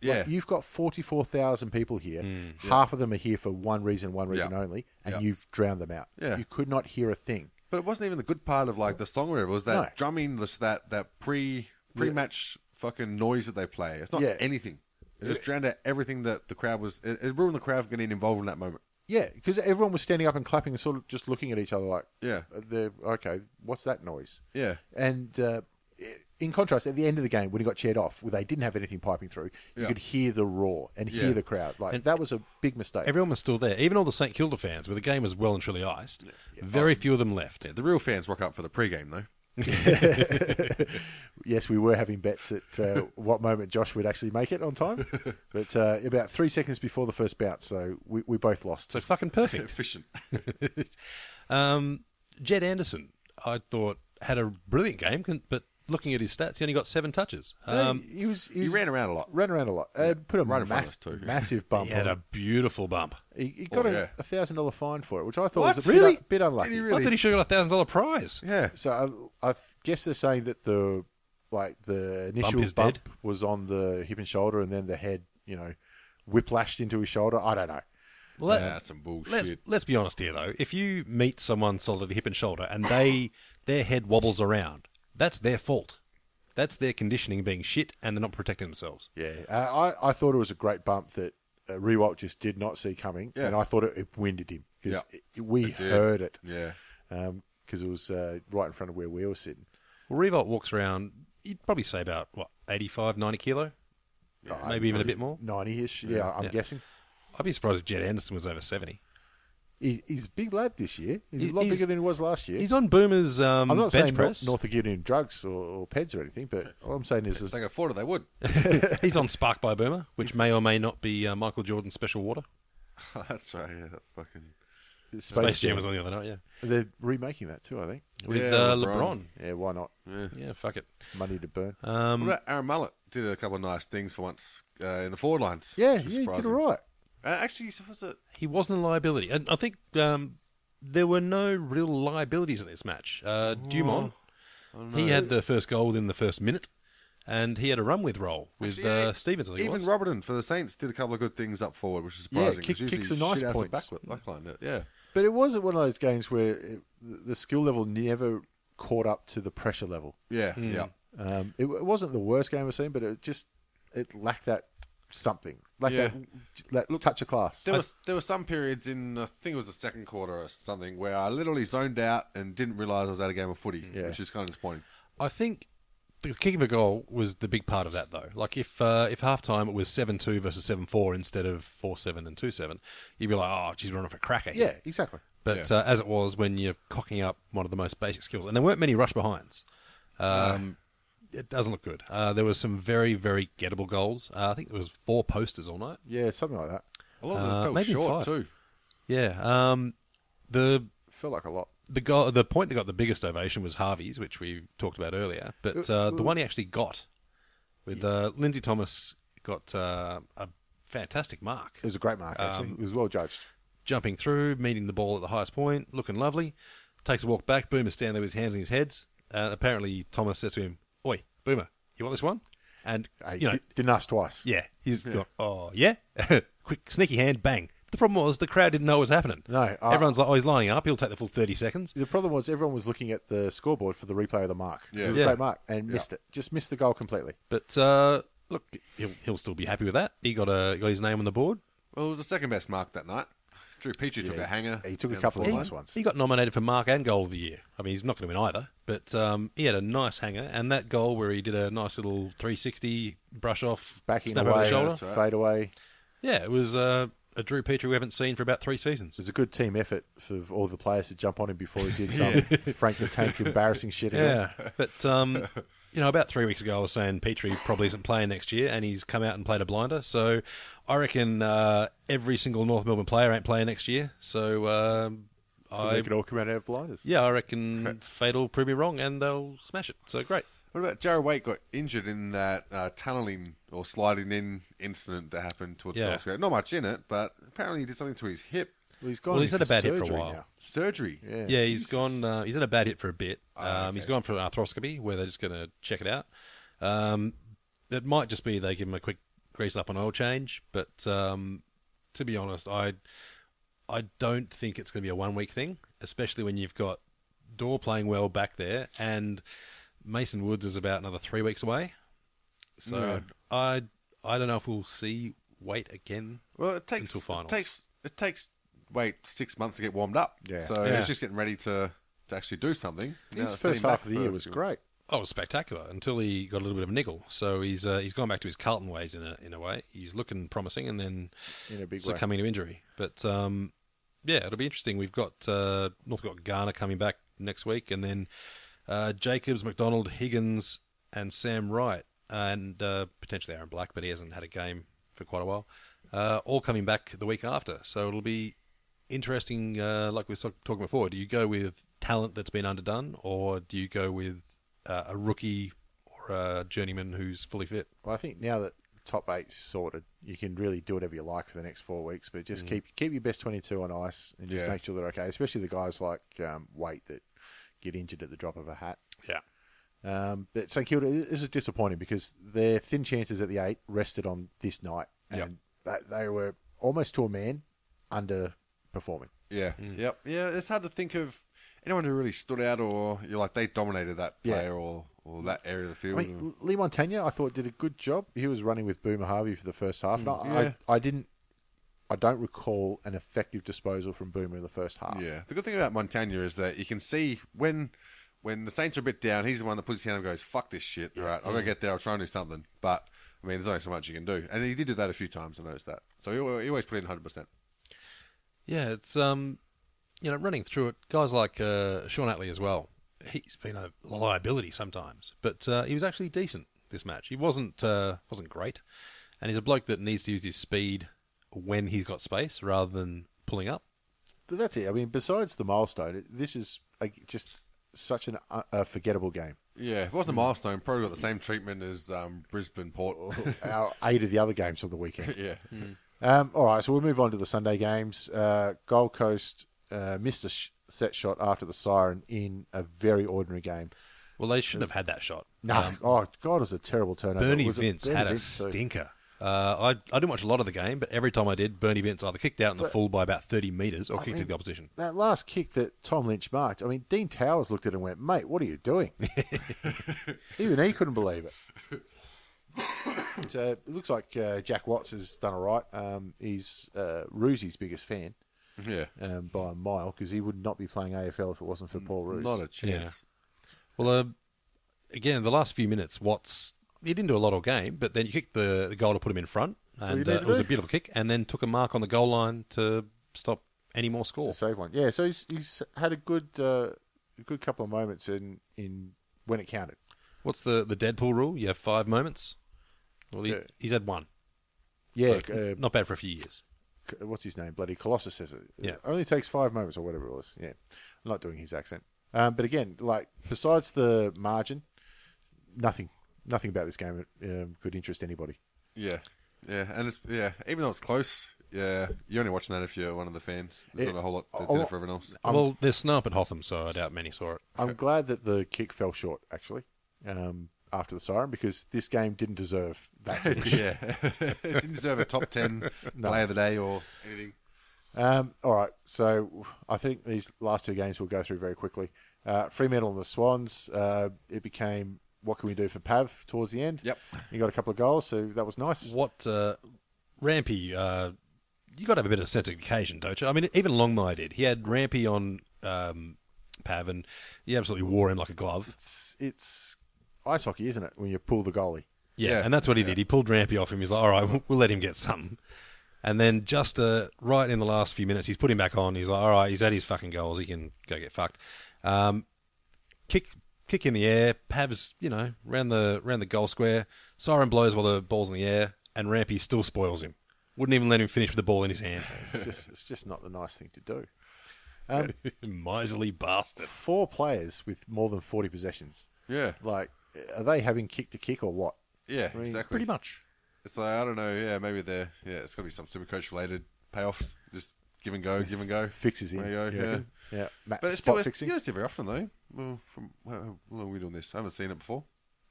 Speaker 3: yeah. Mm,
Speaker 1: Like, you've got forty four thousand people here. Half of them are here for one reason, one reason
Speaker 3: Yeah.
Speaker 1: only, and
Speaker 3: Yeah.
Speaker 1: you've drowned them out.
Speaker 3: Yeah.
Speaker 1: You could not hear a thing.
Speaker 3: But it wasn't even the good part of like the song. Where it was that
Speaker 1: No.
Speaker 3: drumming, this, that that pre pre match fucking noise that they play. It's not
Speaker 1: Yeah.
Speaker 3: anything. It just drowned out everything that the crowd was. It, it ruined the crowd from getting involved in that moment.
Speaker 1: Yeah, because everyone was standing up and clapping and sort of just looking at each other like,
Speaker 3: Yeah.
Speaker 1: uh, they're, okay, what's that noise?
Speaker 3: Yeah.
Speaker 1: And uh, i- in contrast, at the end of the game, when he got cheered off, where they didn't have anything piping through, you
Speaker 3: Yeah.
Speaker 1: could hear the roar and
Speaker 3: Yeah.
Speaker 1: hear the crowd. Like, that was a big mistake.
Speaker 2: Everyone was still there, even all the St Kilda fans, where the game was well and truly iced. Very few of them left.
Speaker 3: The real fans rock up for the pre-game though.
Speaker 1: yes, we were having bets at uh, what moment Josh would actually make it on time, but uh, about three seconds before the first bout, so we, we both lost.
Speaker 2: So fucking perfect.
Speaker 3: Efficient.
Speaker 2: um, Jed Anderson, I thought, had a brilliant game, con- but looking at his stats, he only got seven touches. Um,
Speaker 1: he, was,
Speaker 3: he
Speaker 1: was-
Speaker 3: ran around a lot.
Speaker 1: Ran around a lot. Uh, put a
Speaker 3: Right in front
Speaker 1: mass-
Speaker 3: of us too.
Speaker 1: massive bump.
Speaker 2: he had
Speaker 1: on
Speaker 2: a beautiful bump.
Speaker 1: He, he got
Speaker 3: Oh,
Speaker 1: a
Speaker 3: yeah.
Speaker 1: a thousand dollar fine for it, which I thought
Speaker 2: What?
Speaker 1: was a
Speaker 2: Really?
Speaker 1: bit, un- bit unlucky.
Speaker 3: Did he
Speaker 2: I
Speaker 3: Really?
Speaker 2: thought he should have got a thousand dollar prize.
Speaker 3: Yeah.
Speaker 1: So I, I th- guess they're saying that the like the initial
Speaker 2: is
Speaker 1: bump,
Speaker 2: dead.
Speaker 1: was on the hip and shoulder, and then the head, you know, whiplashed into his shoulder. I don't know.
Speaker 2: Well, that-
Speaker 3: That's some bullshit.
Speaker 2: Let's, let's be honest here, though. If you meet someone solid hip and shoulder and they their head wobbles around, that's their fault. That's their conditioning being shit, and they're not protecting themselves.
Speaker 1: Yeah, uh, I I thought it was a great bump that uh, Rewalt just did not see coming,
Speaker 3: Yeah.
Speaker 1: and I thought it, it winded him because
Speaker 3: Yeah.
Speaker 1: we
Speaker 3: did.
Speaker 1: heard it
Speaker 3: Yeah.
Speaker 1: because it was uh, right in front of where we were sitting.
Speaker 2: Well, Revolt walks around, you'd probably say about, what, 85, 90 kilo? Maybe even a bit more.
Speaker 1: ninety ish. Yeah, I'm
Speaker 2: Yeah.
Speaker 1: guessing.
Speaker 2: I'd be surprised if Jed Anderson was over 70.
Speaker 1: He, he's a big lad this year. He's,
Speaker 2: He-
Speaker 1: a lot
Speaker 2: he's-
Speaker 1: bigger than he was last year.
Speaker 2: He's on Boomer's um,
Speaker 1: I'm not
Speaker 2: bench
Speaker 1: saying
Speaker 2: press.
Speaker 1: North, North are giving him drugs or, or peds or anything, but all I'm saying is,
Speaker 3: If they could afford it, they would.
Speaker 2: He's on Spark by Boomer, which may or may not be uh, Michael Jordan's special water.
Speaker 3: That's right. Yeah. That fucking.
Speaker 1: Space,
Speaker 2: Space Jam was on the other night, yeah.
Speaker 1: They're remaking that too, I think.
Speaker 2: With
Speaker 3: Yeah,
Speaker 2: uh, LeBron.
Speaker 3: LeBron.
Speaker 1: Yeah, why not?
Speaker 2: Yeah, Uh, fuck it. Um,
Speaker 1: Money to burn.
Speaker 3: what about Aaron Mullet? Did a couple of nice things for once uh, in the forward lines.
Speaker 1: yeah,
Speaker 3: which was
Speaker 1: yeah, you did
Speaker 3: surprising.
Speaker 1: all right.
Speaker 3: Uh, actually, so was it?
Speaker 2: He wasn't a liability. And I think um, there were no real liabilities in this match. Uh, Dumont, he had the first goal within the first minute, and he had a run with roll with uh, Stevens, I think it
Speaker 3: Even
Speaker 2: was.
Speaker 3: Roberton for the Saints did a couple of good things up forward, which is
Speaker 1: Yeah,
Speaker 3: surprising. 'cause
Speaker 1: kick- kicks
Speaker 3: usually
Speaker 1: are nice
Speaker 3: shit outs the
Speaker 1: points.
Speaker 3: Back, back line, yeah. yeah.
Speaker 1: But it wasn't one of those games where it, the the skill level never caught up to the pressure level.
Speaker 3: Yeah, yeah.
Speaker 1: Um, it, it wasn't the worst game I've seen, but it just it lacked that something, like
Speaker 3: Yeah.
Speaker 1: that, that touch of class.
Speaker 3: There was there were some periods in I think it was the second quarter or something where I literally zoned out and didn't realise I was at a game of footy,
Speaker 1: Yeah.
Speaker 3: which is kind of disappointing.
Speaker 2: I think the kicking of a goal was the big part of that, though. Like if uh, if halftime it was seven two versus seven four instead of four seven and two seven, you'd be like, oh, geez, we're on for a cracker. here."
Speaker 1: yeah, exactly.
Speaker 2: But uh, as it was, when you're cocking up one of the most basic skills, and there weren't many rush behinds, um, it doesn't look good. Uh, there were some very very gettable goals. Uh, I think there was four posters all night.
Speaker 1: Yeah, something like that.
Speaker 3: A lot of
Speaker 2: Uh,
Speaker 3: them fell
Speaker 2: maybe
Speaker 3: short
Speaker 2: five.
Speaker 3: too.
Speaker 2: Yeah. Um, the
Speaker 1: Felt like a lot.
Speaker 2: the goal, the point that got the biggest ovation was Harvey's, which we talked about earlier. But uh, the one he actually got with uh, Lindsay Thomas got uh, a fantastic mark,
Speaker 1: It was a great mark. Actually,
Speaker 2: Um,
Speaker 1: it was well judged.
Speaker 2: jumping through, meeting the ball at the highest point, looking lovely. Takes a walk back. Boomer's standing there with his hands in his heads. Uh, apparently, Thomas says to him, "Oi, Boomer, you want this one?" And uh,
Speaker 1: Hey,
Speaker 2: you know,
Speaker 1: di- didn't ask twice.
Speaker 2: yeah, he's got, "Oh, yeah." Quick, sneaky hand, bang. The problem was the crowd didn't know what was happening.
Speaker 1: No, I-
Speaker 2: everyone's like, "Oh, he's lining up. He'll take the full thirty seconds."
Speaker 1: The problem was everyone was looking at the scoreboard for the replay of the mark.
Speaker 3: Yeah.
Speaker 1: It was
Speaker 2: Yeah.
Speaker 1: a great mark and missed it. Just missed the goal completely.
Speaker 2: But uh, look, he'll, he'll still be happy with that. He got a got his name on the board.
Speaker 3: Well, it was the second best mark that night. Drew Petrie took a hanger.
Speaker 1: He took a
Speaker 3: down the
Speaker 1: couple of
Speaker 3: forward
Speaker 1: nice
Speaker 3: line.
Speaker 1: ones.
Speaker 2: He got nominated for mark and goal of the year. I mean, he's not going to win either, but um, he had a nice hanger and that goal where he did a nice little 360 brush off,
Speaker 1: Backing
Speaker 2: snap
Speaker 1: away,
Speaker 2: over the shoulder.
Speaker 3: that's right.
Speaker 1: fade away.
Speaker 2: Yeah, it was uh, a Drew Petrie we haven't seen for about three seasons.
Speaker 1: It was a good team effort for all the players to jump on him before he did some Frank the Tank embarrassing shit. again.
Speaker 2: Yeah, but um, you know, about three weeks ago, I was saying Petrie probably isn't playing next year, and he's come out and played a blinder. So I reckon uh, every single North Melbourne player ain't playing next year. So, um,
Speaker 1: So
Speaker 2: I
Speaker 1: they could all come out and have blinders.
Speaker 2: yeah, I reckon Fate will prove me wrong, and they'll smash it. So great.
Speaker 3: What about Jared Waite got injured in that uh, tunneling or sliding in incident that happened towards
Speaker 2: Yeah.
Speaker 3: the last game? Not much in it, but apparently he did something to his hip
Speaker 1: Well, he's gone
Speaker 2: Well, he's
Speaker 1: in
Speaker 2: had a bad hit for a
Speaker 1: surgery
Speaker 2: while.
Speaker 1: now.
Speaker 3: surgery.
Speaker 2: Yeah, he's gone. Uh, he's had a bad hit for a bit. Um, He's gone for an arthroscopy where they're just going to check it out. Um, it might just be they give him a quick grease up and oil change, but um, to be honest, I I don't think it's going to be a one week thing, especially when you've got Door playing well back there and Mason Woods is about another three weeks away. So I I don't know if we'll see Wait again.
Speaker 3: Well, it takes
Speaker 2: Until finals.
Speaker 3: It takes it takes wait six months to get warmed up.
Speaker 1: Yeah.
Speaker 3: So
Speaker 2: Yeah.
Speaker 3: he's just getting ready to, to actually do something. Now,
Speaker 1: His
Speaker 3: it's
Speaker 1: first
Speaker 3: sitting
Speaker 1: half
Speaker 3: back
Speaker 1: of the
Speaker 3: for-
Speaker 1: year was great.
Speaker 2: Oh, it was spectacular until he got a little bit of a niggle. So he's uh, he's gone back to his Carlton ways in a in a way. He's looking promising, and then
Speaker 1: In a big way.
Speaker 2: succumbing to injury. But um, yeah, it'll be interesting. We've got uh, North got Ghana coming back next week, and then uh, Jacobs, McDonald, Higgins, and Sam Wright, and uh, potentially Aaron Black, but he hasn't had a game for quite a while. Uh, all coming back the week after, so it'll be interesting. Uh, like we were so- talking before, do you go with talent that's been underdone, or do you go with uh, a rookie or a journeyman who's fully fit?
Speaker 1: Well, I think now that the top eight's sorted, you can really do whatever you like for the next four weeks. But just keep keep your best twenty-two on ice and just
Speaker 3: Yeah.
Speaker 1: make sure they're okay. Especially the guys like um, Waite that get injured at the drop of a hat.
Speaker 2: Yeah.
Speaker 1: Um, but St Kilda i- this is disappointing because their thin chances at the eight rested on this night, and that they were almost to a man underperforming.
Speaker 3: Yeah.
Speaker 2: Hmm.
Speaker 3: Yep. Yeah. It's hard to think of anyone who really stood out, or you're like they dominated that
Speaker 1: Yeah.
Speaker 3: player or, or that area of the
Speaker 1: I
Speaker 3: field.
Speaker 1: mean,
Speaker 2: Mm.
Speaker 1: Lee Montagna, I thought did a good job. He was running with Boomer Harvey for the first half.
Speaker 2: Mm,
Speaker 1: No, I, I didn't. I don't recall an effective disposal from Boomer in the first half.
Speaker 3: yeah. The good thing about Montagna is that you can see when when the Saints are a bit down, he's the one that puts his hand up and goes, "Fuck this shit." All right, I'm gonna get there. I'll try and do something. But I mean, there's only so much you can do, and he did do that a few times. I noticed that. So he, al- he always put in 100. percent
Speaker 2: Yeah, it's um, you know, running through it, guys like uh, Sean Atley as well. He's been a liability sometimes, but uh, he was actually decent this match. He wasn't uh, wasn't great, and he's a bloke that needs to use his speed when he's got space rather than pulling up.
Speaker 1: But that's it. I mean, besides the milestone, it, this is like, just such an uh, a forgettable game.
Speaker 3: Yeah. Mm. If it wasn't a milestone, probably got the same treatment as um, Brisbane Port.
Speaker 1: Our eight of the other games on the weekend.
Speaker 3: yeah.
Speaker 1: Um, all right, so we'll move on to the Sunday games. Uh, Gold Coast uh, missed a sh- set shot after the siren in a very ordinary game.
Speaker 2: Well, they shouldn't have had that shot.
Speaker 1: No, oh God, it was a terrible turnover.
Speaker 2: Bernie
Speaker 1: Was it
Speaker 2: Vince
Speaker 1: Bernie
Speaker 2: had a
Speaker 1: too?
Speaker 2: stinker. Uh, I I didn't watch a lot of the game, but every time I did, Bernie Vince either kicked out in the full by about thirty meters or kicked to the opposition.
Speaker 1: That last kick that Tom Lynch marked, I mean, Dean Towers looked at it and went, mate, what are you doing? Even he couldn't believe it. so it looks like uh, Jack Watts has done all right. Um, he's uh, Roosie's biggest fan
Speaker 3: Yeah.
Speaker 1: um, by a mile because he would not be playing AFL if it wasn't for Paul Roos.
Speaker 3: Not a chance.
Speaker 2: Well, uh, again, the last few minutes, Watts he didn't do a lot all game, but then you kicked the, the goal to put him in front, and
Speaker 1: you need
Speaker 2: uh,
Speaker 1: to
Speaker 2: it was
Speaker 1: do.
Speaker 2: a beautiful kick, and then took a mark on the goal line to stop any more
Speaker 1: It's
Speaker 2: score.
Speaker 1: a save one. Yeah, so he's, he's had a good uh, a good couple of moments in, in when it counted.
Speaker 2: What's the the Deadpool rule? You have five moments. Well, he,
Speaker 1: Yeah.
Speaker 2: he's had one.
Speaker 1: Yeah,
Speaker 2: so
Speaker 1: uh,
Speaker 2: not bad for a few years.
Speaker 1: C- what's his name? Bloody Colossus says it.
Speaker 2: Yeah.
Speaker 1: It only takes five moments or whatever it was. Yeah. I'm not doing his accent. Um, but again, like besides the margin, nothing, nothing about this game um, could interest anybody.
Speaker 3: Yeah. Yeah. And it's yeah. Even though it's close, yeah, you're only watching that if you're one of the fans. There's
Speaker 1: It-
Speaker 3: not a whole lot that's
Speaker 1: I-
Speaker 3: in it for everyone else.
Speaker 2: well, there's snarp at Hotham, so I doubt many saw it.
Speaker 1: I'm glad that the kick fell short actually um, after the siren because this game didn't deserve that. finish.
Speaker 3: Yeah, it didn't deserve a top ten play of the day or anything.
Speaker 1: Um, all right, so I think these last two games we'll go through very quickly. Uh, Fremantle and the Swans. Uh, it became what can we do for Pav towards the end.
Speaker 3: Yep.
Speaker 1: he got a couple of goals, so that was nice.
Speaker 2: What uh, Rampy? Uh, you got to have a bit of sense of occasion, don't you? I mean, even Longmire did. He had Rampy on um, Pav, and he absolutely wore him like a glove.
Speaker 1: it's it's ice hockey, isn't it? When you pull the goalie.
Speaker 2: Yeah,
Speaker 3: Yeah.
Speaker 2: and that's what he did. He pulled Rampy off him. He's like, all right, we'll, we'll let him get some. And then just uh, right in the last few minutes, he's put him back on. He's like, all right, he's had his fucking goals. He can go get fucked. Um, kick, kick in the air. Pav's, you know, round the round the goal square. Siren blows while the ball's in the air, and Rampy still spoils him. Wouldn't even let him finish with the ball in his hand.
Speaker 1: It's just it's just not the nice thing to do. Um,
Speaker 2: Miserly bastard.
Speaker 1: four players with more than forty possessions.
Speaker 3: Yeah,
Speaker 1: Like, are they having kick to kick or what?
Speaker 3: yeah,
Speaker 1: mean,
Speaker 3: exactly.
Speaker 2: Pretty much.
Speaker 3: It's like I don't know. Yeah, maybe they're yeah. It's got to be some super coach related payoffs. Just give and go, give and go.
Speaker 1: Fixes in.
Speaker 3: There you go.
Speaker 1: you
Speaker 3: yeah.
Speaker 1: reckon? yeah. Matt,
Speaker 3: But it's
Speaker 1: spot
Speaker 3: still, it's,
Speaker 1: fixing.
Speaker 3: you don't see it very often though. Well, from how- how long are we doing this? I haven't seen it before.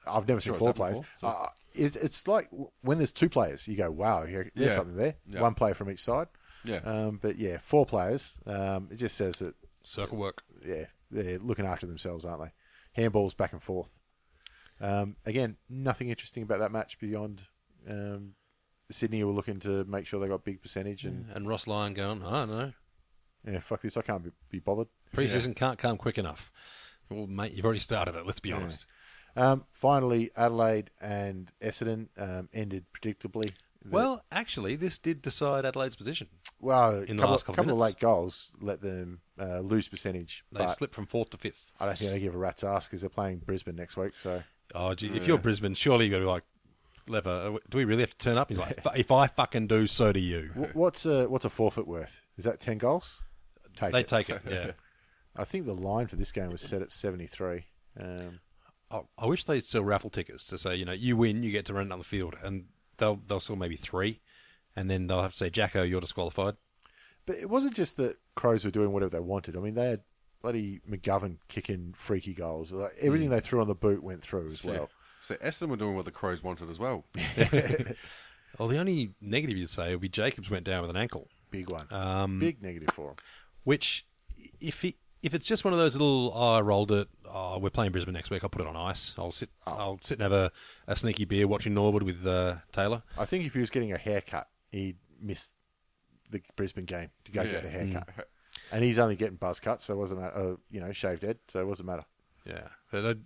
Speaker 1: I've never seen
Speaker 3: Sure,
Speaker 1: four
Speaker 3: it's
Speaker 1: players.
Speaker 3: happened before,
Speaker 1: Uh, it, it's like w- when there's two players, you go, "Wow, here- there's
Speaker 3: Yeah.
Speaker 1: something there."
Speaker 3: Yeah.
Speaker 1: One player from each side.
Speaker 3: Yeah.
Speaker 1: Um, but yeah, four players. Um, it just says that
Speaker 2: Circle work.
Speaker 1: yeah, they're looking after themselves, aren't they? Handballs back and forth. Um, again, nothing interesting about that match beyond um, Sydney were looking to make sure they got big percentage and
Speaker 2: And Ross Lyon going, I don't know.
Speaker 1: yeah, fuck this, I can't be, be bothered.
Speaker 2: Preseason can't come quick enough. Well, mate, you've already started it. Let's be honest.
Speaker 1: Um, finally, Adelaide and Essendon um, ended predictably.
Speaker 2: Well, actually, this did decide Adelaide's position.
Speaker 1: Well, a
Speaker 2: In the
Speaker 1: couple,
Speaker 2: last couple
Speaker 1: couple of
Speaker 2: minutes.
Speaker 1: late goals let them uh, lose percentage.
Speaker 2: They
Speaker 1: but
Speaker 2: slipped from fourth to fifth.
Speaker 1: I don't think they give a rat's ass because they're playing Brisbane next week. So
Speaker 2: Oh, gee, if you're Brisbane, surely you're going to be like, Lever, uh, do we really have to turn up? He's like, "Fu- if I fucking do, so do you.
Speaker 1: Wh- what's a what's a forfeit worth? Is that ten goals? Take
Speaker 2: They
Speaker 1: it.
Speaker 2: take it, yeah.
Speaker 1: I think the line for this game was set at seventy three. Um,
Speaker 2: I, I wish they'd sell raffle tickets to say, you know, you win, you get to run it down the field. And they'll, they'll sell maybe three. And then they'll have to say, Jacko, you're disqualified.
Speaker 1: But it wasn't just that Crows were doing whatever they wanted. I mean, they had bloody McGovern kicking freaky goals. Like, everything they threw on the boot went through as well.
Speaker 3: So Essendon were doing what the Crows wanted as well.
Speaker 2: Well, the only negative you'd say would be Jacobs went down with an ankle,
Speaker 1: Big one. Big negative for them.
Speaker 2: which if he, if it's just one of those little, oh, I rolled it, oh, we're playing Brisbane next week, I'll put it on ice. I'll sit,
Speaker 1: Oh.
Speaker 2: I'll sit and have a, a sneaky beer watching Norwood with uh, Taylor.
Speaker 1: I think if he was getting a haircut, he'd miss the Brisbane game to go get the haircut. And he's only getting buzz cuts, so it wasn't matter. Uh, you know, shaved head, so it wasn't matter.
Speaker 2: Yeah, they, they-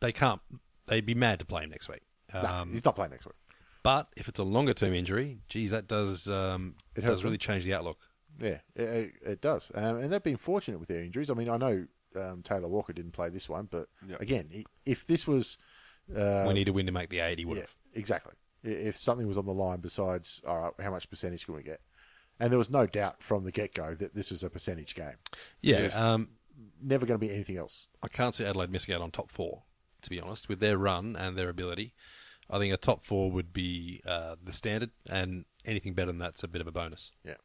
Speaker 2: they can't. They'd be mad to play him next week.
Speaker 1: Nah,
Speaker 2: Um,
Speaker 1: he's not playing next week.
Speaker 2: but if it's a longer term injury, geez, that does um,
Speaker 1: It hurts
Speaker 2: does
Speaker 1: them.
Speaker 2: really change the outlook.
Speaker 1: Yeah, it, it, it does. Um, and they've been fortunate with their injuries. I mean, I know um, Taylor Walker didn't play this one, but
Speaker 3: Yeah.
Speaker 1: again, i- if this was
Speaker 2: we need a win to make the eighty. Would
Speaker 1: Uh, Yeah,
Speaker 2: have.
Speaker 1: exactly. I- If something was on the line besides, all right, how much percentage can we get? And there was no doubt from the get go that this was a percentage game.
Speaker 2: Yeah. Um,
Speaker 1: Never going to be anything else.
Speaker 2: I can't see Adelaide missing out on top four. To be honest, with their run and their ability, I think a top four would be uh, the standard, and anything better than that's a bit of a bonus.
Speaker 1: Yeah.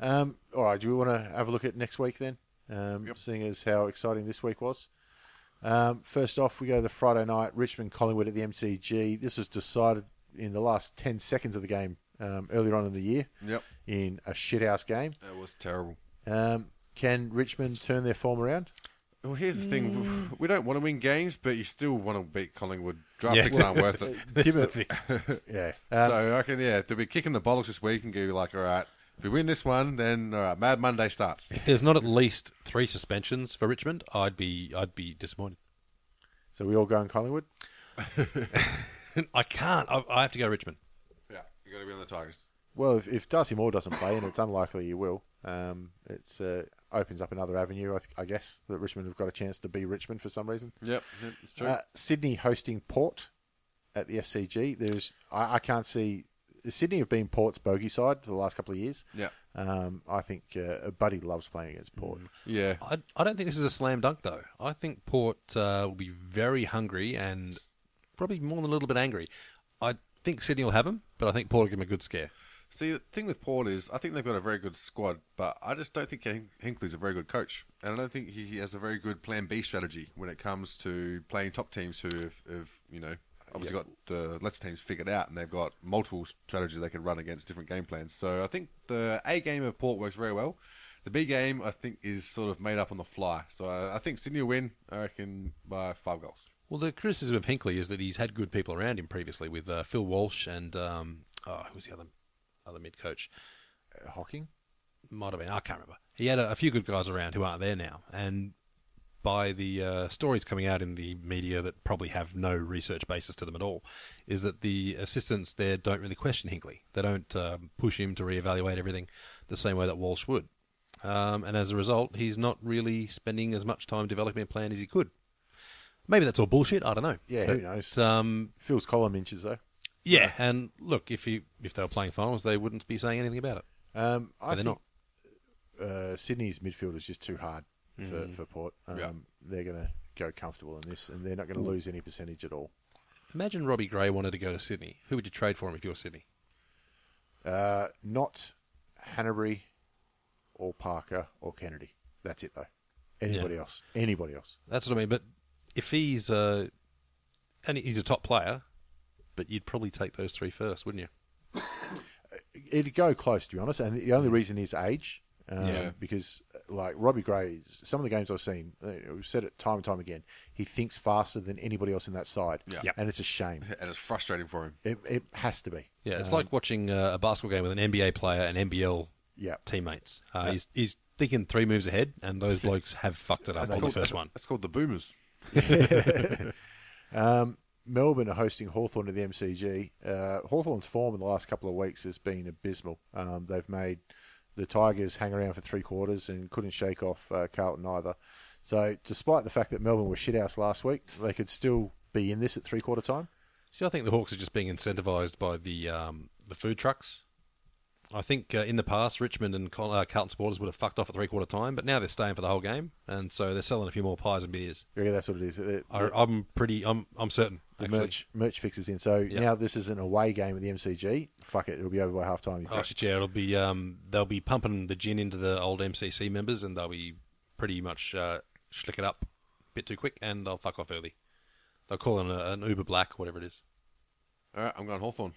Speaker 1: Um, all right. Do we want to have a look at next week then? Um, Seeing as how exciting this week was. Um, first off, we go to the Friday night Richmond Collingwood at the MCG. This was decided in the last 10 seconds of the game um, earlier on in the year
Speaker 3: Yep.
Speaker 1: in a shithouse game.
Speaker 3: That was terrible.
Speaker 1: Um, can Richmond turn their form around?
Speaker 3: Well, here's the
Speaker 1: Mm.
Speaker 3: thing: we don't want to win games, but you still want to beat Collingwood. Draft
Speaker 2: Yeah.
Speaker 3: picks aren't worth it.
Speaker 1: Give it, yeah. Um,
Speaker 3: so I reckon, yeah, they'll be kicking the bollocks this week and give you like, all right, if we win this one, then all right, Mad Monday starts.
Speaker 2: If there's not at least three suspensions for Richmond, I'd be I'd be disappointed.
Speaker 1: So we all go in Collingwood.
Speaker 2: I can't. I, I have to go Richmond.
Speaker 3: Yeah, you got to be on the Tigers.
Speaker 1: Well, if, if Darcy Moore doesn't play, and it's unlikely he will, um, it's uh, opens up another avenue, I, th- I guess, that Richmond have got a chance to be Richmond for some reason.
Speaker 3: Yep, yep, it's true.
Speaker 1: Uh, Sydney hosting Port at the SCG. There's I, I can't see Sydney have been Port's bogey side for the last couple of years.
Speaker 3: Yeah. Mm.
Speaker 1: Um, I think uh, Buddy loves playing against Port.
Speaker 3: yeah,
Speaker 2: I, I don't think this is a slam dunk, though. I think Port uh, will be very hungry and probably more than a little bit angry. I think Sydney will have him, but I think Port will give him a good scare.
Speaker 3: See, the thing with Port is, I think they've got a very good squad, but I just don't think Hin- Hinkley's a very good coach. And I don't think he, he has a very good plan B strategy when it comes to playing top teams who have, have you know, obviously got the lesser teams figured out and they've got multiple strategies they can run against different game plans. So I think the A game of Port works very well. The B game, I think, is sort of made up on the fly. So I, I think Sydney will win, I reckon, by five goals.
Speaker 2: Well, the criticism of Hinkley is that he's had good people around him previously with uh, Phil Walsh and um, oh, who was the other other mid coach?
Speaker 1: Uh, Hocking.
Speaker 2: Might have been I can't remember. He had a, a few good guys around who aren't there now, and by the uh, stories coming out in the media that probably have no research basis to them at all, is that the assistants there don't really question Hinkley. They don't um, push him to reevaluate everything the same way that Walsh would. Um, and as a result, he's not really spending as much time developing a plan as he could. Maybe that's all bullshit. I don't know.
Speaker 1: Yeah, who knows?
Speaker 2: Um,
Speaker 1: Phil's column inches though.
Speaker 2: yeah, and look, if you if they were playing finals, they wouldn't be saying anything about it.
Speaker 1: Um, I
Speaker 2: But they're
Speaker 1: think
Speaker 2: not.
Speaker 1: uh, Sydney's midfield is just too hard for, for Port. Um,
Speaker 3: Mm. Yeah. Mm.
Speaker 1: They're going to go comfortable in this, and they're not going to lose any percentage at all.
Speaker 2: Imagine Robbie Gray wanted to go to Sydney. Who would you trade for him if you were Sydney?
Speaker 1: Uh, not Hanbury or Parker or Kennedy. That's it, though. Anybody else? Anybody else?
Speaker 2: That's what I mean. But if he's uh, and he's a top player, but you'd probably take those three first, wouldn't you?
Speaker 1: It'd go close, to be honest. And the only reason is age. Um,
Speaker 3: Yeah.
Speaker 1: Because, like, Robbie Gray, some of the games I've seen, uh, we've said it time and time again, he thinks faster than anybody else in that side.
Speaker 3: Yeah. Yep.
Speaker 1: And it's a shame.
Speaker 3: And it's frustrating for him.
Speaker 1: It, it has to be.
Speaker 2: Yeah, it's like watching uh, a basketball game with an NBA player and NBL
Speaker 1: Yeah.
Speaker 2: teammates. Uh, He's he's thinking three moves ahead, and those blokes have fucked it up on the first one.
Speaker 3: That's called the Boomers.
Speaker 1: Melbourne are hosting Hawthorn at the MCG. Uh, Hawthorn's form in the last couple of weeks has been abysmal. Um, they've made the Tigers hang around for three quarters and couldn't shake off uh, Carlton either. So, despite the fact that Melbourne were shithouse last week, they could still be in this at three quarter time.
Speaker 2: See, I think the Hawks are just being incentivised by the um, the food trucks. I think uh, in the past, Richmond and Col- uh, Carlton supporters would have fucked off at three quarter time, but now they're staying for the whole game, and so they're selling a few more pies and beers.
Speaker 1: Yeah, that's what it is. It-
Speaker 2: I, I'm pretty, I'm, I'm certain.
Speaker 1: the
Speaker 2: actually.
Speaker 1: merch, merch fixes in. So now this is an away game at the MCG. Fuck it, it'll be over by half time. you
Speaker 2: Oh
Speaker 1: think.
Speaker 2: shit, yeah, it'll be um, they'll be pumping the gin into the old MCC members, and they'll be pretty much uh, slick it up a bit too quick, and they'll fuck off early. They'll call in a, an Uber Black, whatever it is.
Speaker 3: All right, I'm going Hawthorn.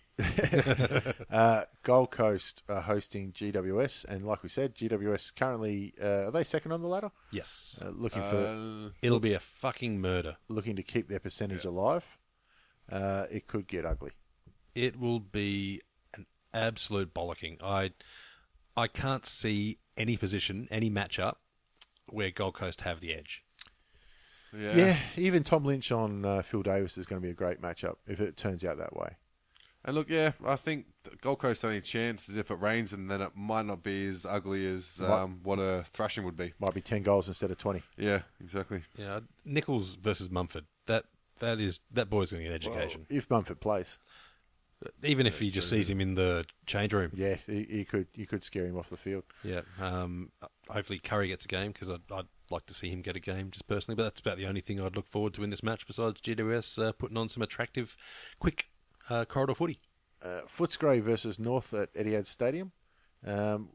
Speaker 1: Gold Coast are hosting GWS, and like we said, GWS currently uh, are they second on the ladder,
Speaker 2: Yes,
Speaker 1: uh, looking for
Speaker 2: it'll be a fucking murder.
Speaker 1: looking to keep their percentage alive. Uh, it could get ugly.
Speaker 2: It will be an absolute bollocking. I, I can't see any position, any matchup where Gold Coast have the edge.
Speaker 3: Yeah.
Speaker 1: Yeah, even Tom Lynch on uh, Phil Davis is going to be a great matchup if it turns out that way.
Speaker 3: And look, yeah, I think the Gold Coast's only chance is if it rains, and then it might not be as ugly as um, what a thrashing would be.
Speaker 1: Might be ten goals instead of twenty.
Speaker 3: Yeah, exactly.
Speaker 2: Yeah, Nichols versus Mumford. That that is that boy's going to get education.
Speaker 1: If Mumford plays,
Speaker 2: Even if he just sees him in the change room.
Speaker 1: yeah, he, he could you could scare him off the field.
Speaker 2: Yeah. Um, hopefully Curry gets a game because I'd, I'd like to see him get a game just personally. But that's about the only thing I'd look forward to in this match besides GWS uh, putting on some attractive, quick uh, corridor footy.
Speaker 1: uh, Footscray versus North at Etihad Stadium. Um,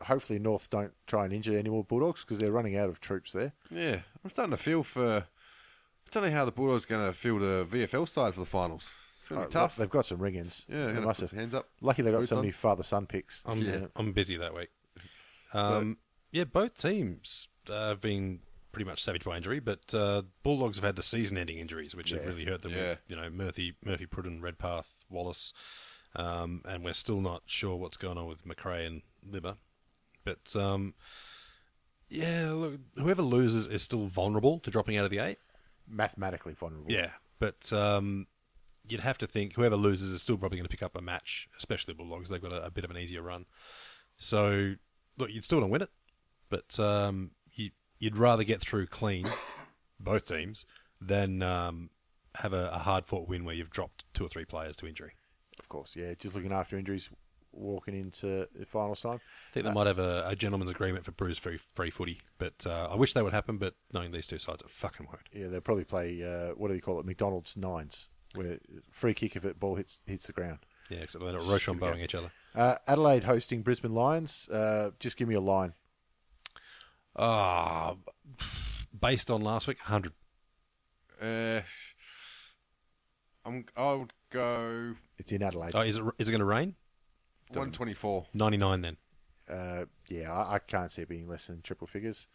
Speaker 1: hopefully, North don't try and injure any more Bulldogs because they're running out of troops there.
Speaker 3: Yeah, I'm starting to feel for. I don't know how the Bulldogs going to feel the VFL side for the finals. It's going to be tough.
Speaker 1: They've got some ring-ins.
Speaker 3: Yeah,
Speaker 1: they
Speaker 3: gotta
Speaker 1: must
Speaker 3: put
Speaker 1: have.
Speaker 3: hands up,
Speaker 1: Lucky they got
Speaker 3: boots
Speaker 1: so
Speaker 3: on.
Speaker 1: many father-son picks.
Speaker 2: I'm
Speaker 3: Yeah.
Speaker 2: I'm busy that week. Um, yeah, both teams uh, have been pretty much savaged by injury, but uh, Bulldogs have had the season-ending injuries, which have really hurt them.
Speaker 3: Yeah.
Speaker 2: With, you know, Murphy, Murphy, Pruden, Redpath, Wallace, um, and we're still not sure what's going on with McRae and Libber. But um, yeah, look, whoever loses is still vulnerable to dropping out of the eight.
Speaker 1: Mathematically vulnerable.
Speaker 2: Yeah, but um, you'd have to think whoever loses is still probably going to pick up a match, especially the Bulldogs. They've got a, a bit of an easier run. So, look, you'd still don't win it, but um, you, you'd rather get through clean, both teams, than um, have a, a hard fought win where you've dropped two or three players to injury.
Speaker 1: of course. Yeah, just looking after injuries, walking into finals time.
Speaker 2: I think they might have a, a gentleman's agreement for Bruce free, free footy, but uh, I wish that would happen, but knowing these two sides, it fucking won't.
Speaker 1: Yeah, they'll probably play uh, what do you call it, McDonald's nines, where free kick if it ball hits hits the ground.
Speaker 2: Yeah, except they're not Rochambeauing each other.
Speaker 1: Uh, Adelaide hosting Brisbane Lions. Uh, just give me a line.
Speaker 2: Ah, based on last week, 100.
Speaker 3: Uh, I'm, I would go
Speaker 1: It's in Adelaide.
Speaker 2: Oh, is it is it going to rain?
Speaker 3: 124.
Speaker 2: Ninety nine then.
Speaker 1: uh, yeah, I, I can't see it being less than triple figures.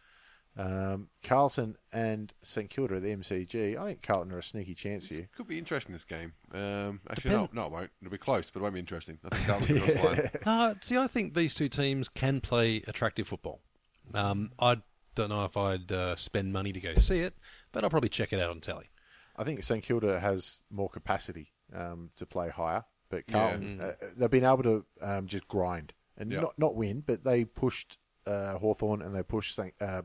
Speaker 1: Um, Carlton and St Kilda at the MCG. I think Carlton are a sneaky chance here.
Speaker 3: Could be interesting this game. Um, actually, no, no, it won't. It'll be close, but it won't be interesting. I think that'll be the cross
Speaker 2: No,
Speaker 3: line.
Speaker 2: see, I think these two teams can play attractive football. Um, I don't know if I'd uh, spend money to go see it, but I'll probably check it out on telly.
Speaker 1: I think St Kilda has more capacity um, to play higher, but Carlton uh, they've been able to um, just grind and
Speaker 3: Yeah.
Speaker 1: not not win, but they pushed uh, Hawthorn and they pushed St, uh,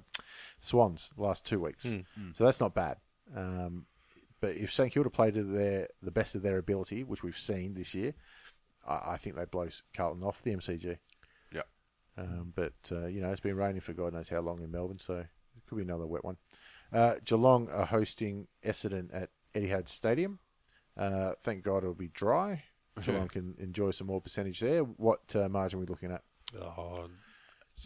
Speaker 1: Swans last two weeks, so that's not bad. Um, but if St Kilda played to their the best of their ability, which we've seen this year, I, I think they blow Carlton off the MCG.
Speaker 3: Yeah.
Speaker 1: Um, but uh, you know, it's been raining for God knows how long in Melbourne, so it could be another wet one. Uh, Geelong are hosting Essendon at Etihad Stadium. Uh, thank God it'll be dry. Geelong can enjoy some more percentage there. What uh, margin are we looking at?
Speaker 2: Oh,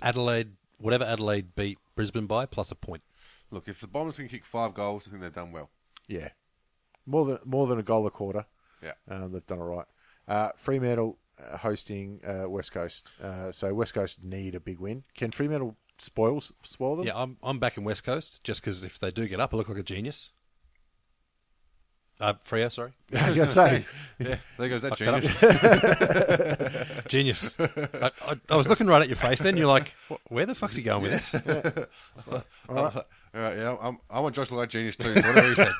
Speaker 2: Adelaide, whatever Adelaide beat Brisbane by, plus a point.
Speaker 3: Look, if the Bombers can kick five goals, I think they've done well.
Speaker 1: Yeah, more than more than a goal a quarter.
Speaker 3: Yeah.
Speaker 1: Um, they've done all right. Uh, Fremantle uh, hosting uh, West Coast. Uh, so West Coast need a big win. Can Fremantle spoil spoil them?
Speaker 2: Yeah, I'm I'm back in West Coast just because if they do get up, I look like a genius. Uh, Freo, sorry,
Speaker 1: I was gonna say.
Speaker 3: Yeah, there goes that
Speaker 2: Fucked that
Speaker 3: genius.
Speaker 2: genius. I, I, I was looking right at your face. Then you're like, "Wh- where the fuck's he going with this?
Speaker 3: All right. All right, yeah, I'm, I want Josh to look like genius too. So whatever he said.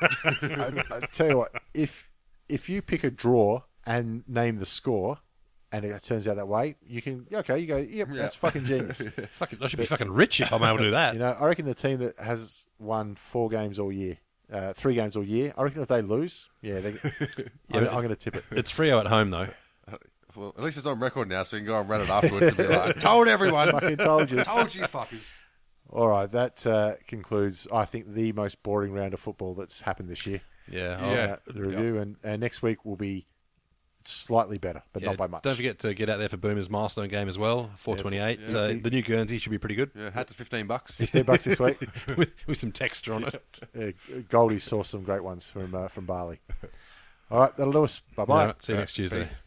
Speaker 1: I, I tell you what, if if you pick a draw and name the score, and it turns out that way, you can okay, you go, yep, that's fucking genius.
Speaker 2: Fucking, I should be fucking rich if I'm able to do that.
Speaker 1: You know, I reckon the team that has won four games all year, uh, three games all year, I reckon if they lose, yeah, they, I'm, I'm going to tip it.
Speaker 2: It's Frio at home though.
Speaker 3: Well, at least it's on record now, so we can go and run it afterwards and be like, "Told everyone,
Speaker 1: Fucking told you.
Speaker 3: told you, fuckers."
Speaker 1: All right, that uh, concludes, I think, the most boring round of football that's happened this year.
Speaker 2: Yeah.
Speaker 3: Yeah.
Speaker 1: Uh, the review, and uh, next week will be slightly better, but
Speaker 2: Yeah,
Speaker 1: not by much.
Speaker 2: Don't forget to get out there for Boomer's milestone game as well. Four twenty-eight. Uh, the new Guernsey should be pretty good
Speaker 3: Yeah, hats are fifteen bucks.
Speaker 1: Ten bucks this week.
Speaker 2: with, with some texture on it.
Speaker 1: Yeah, Goldie saw some great ones from uh, from Bali. All right, that'll do us. Bye bye.
Speaker 2: All right, see you next Tuesday.
Speaker 3: peace.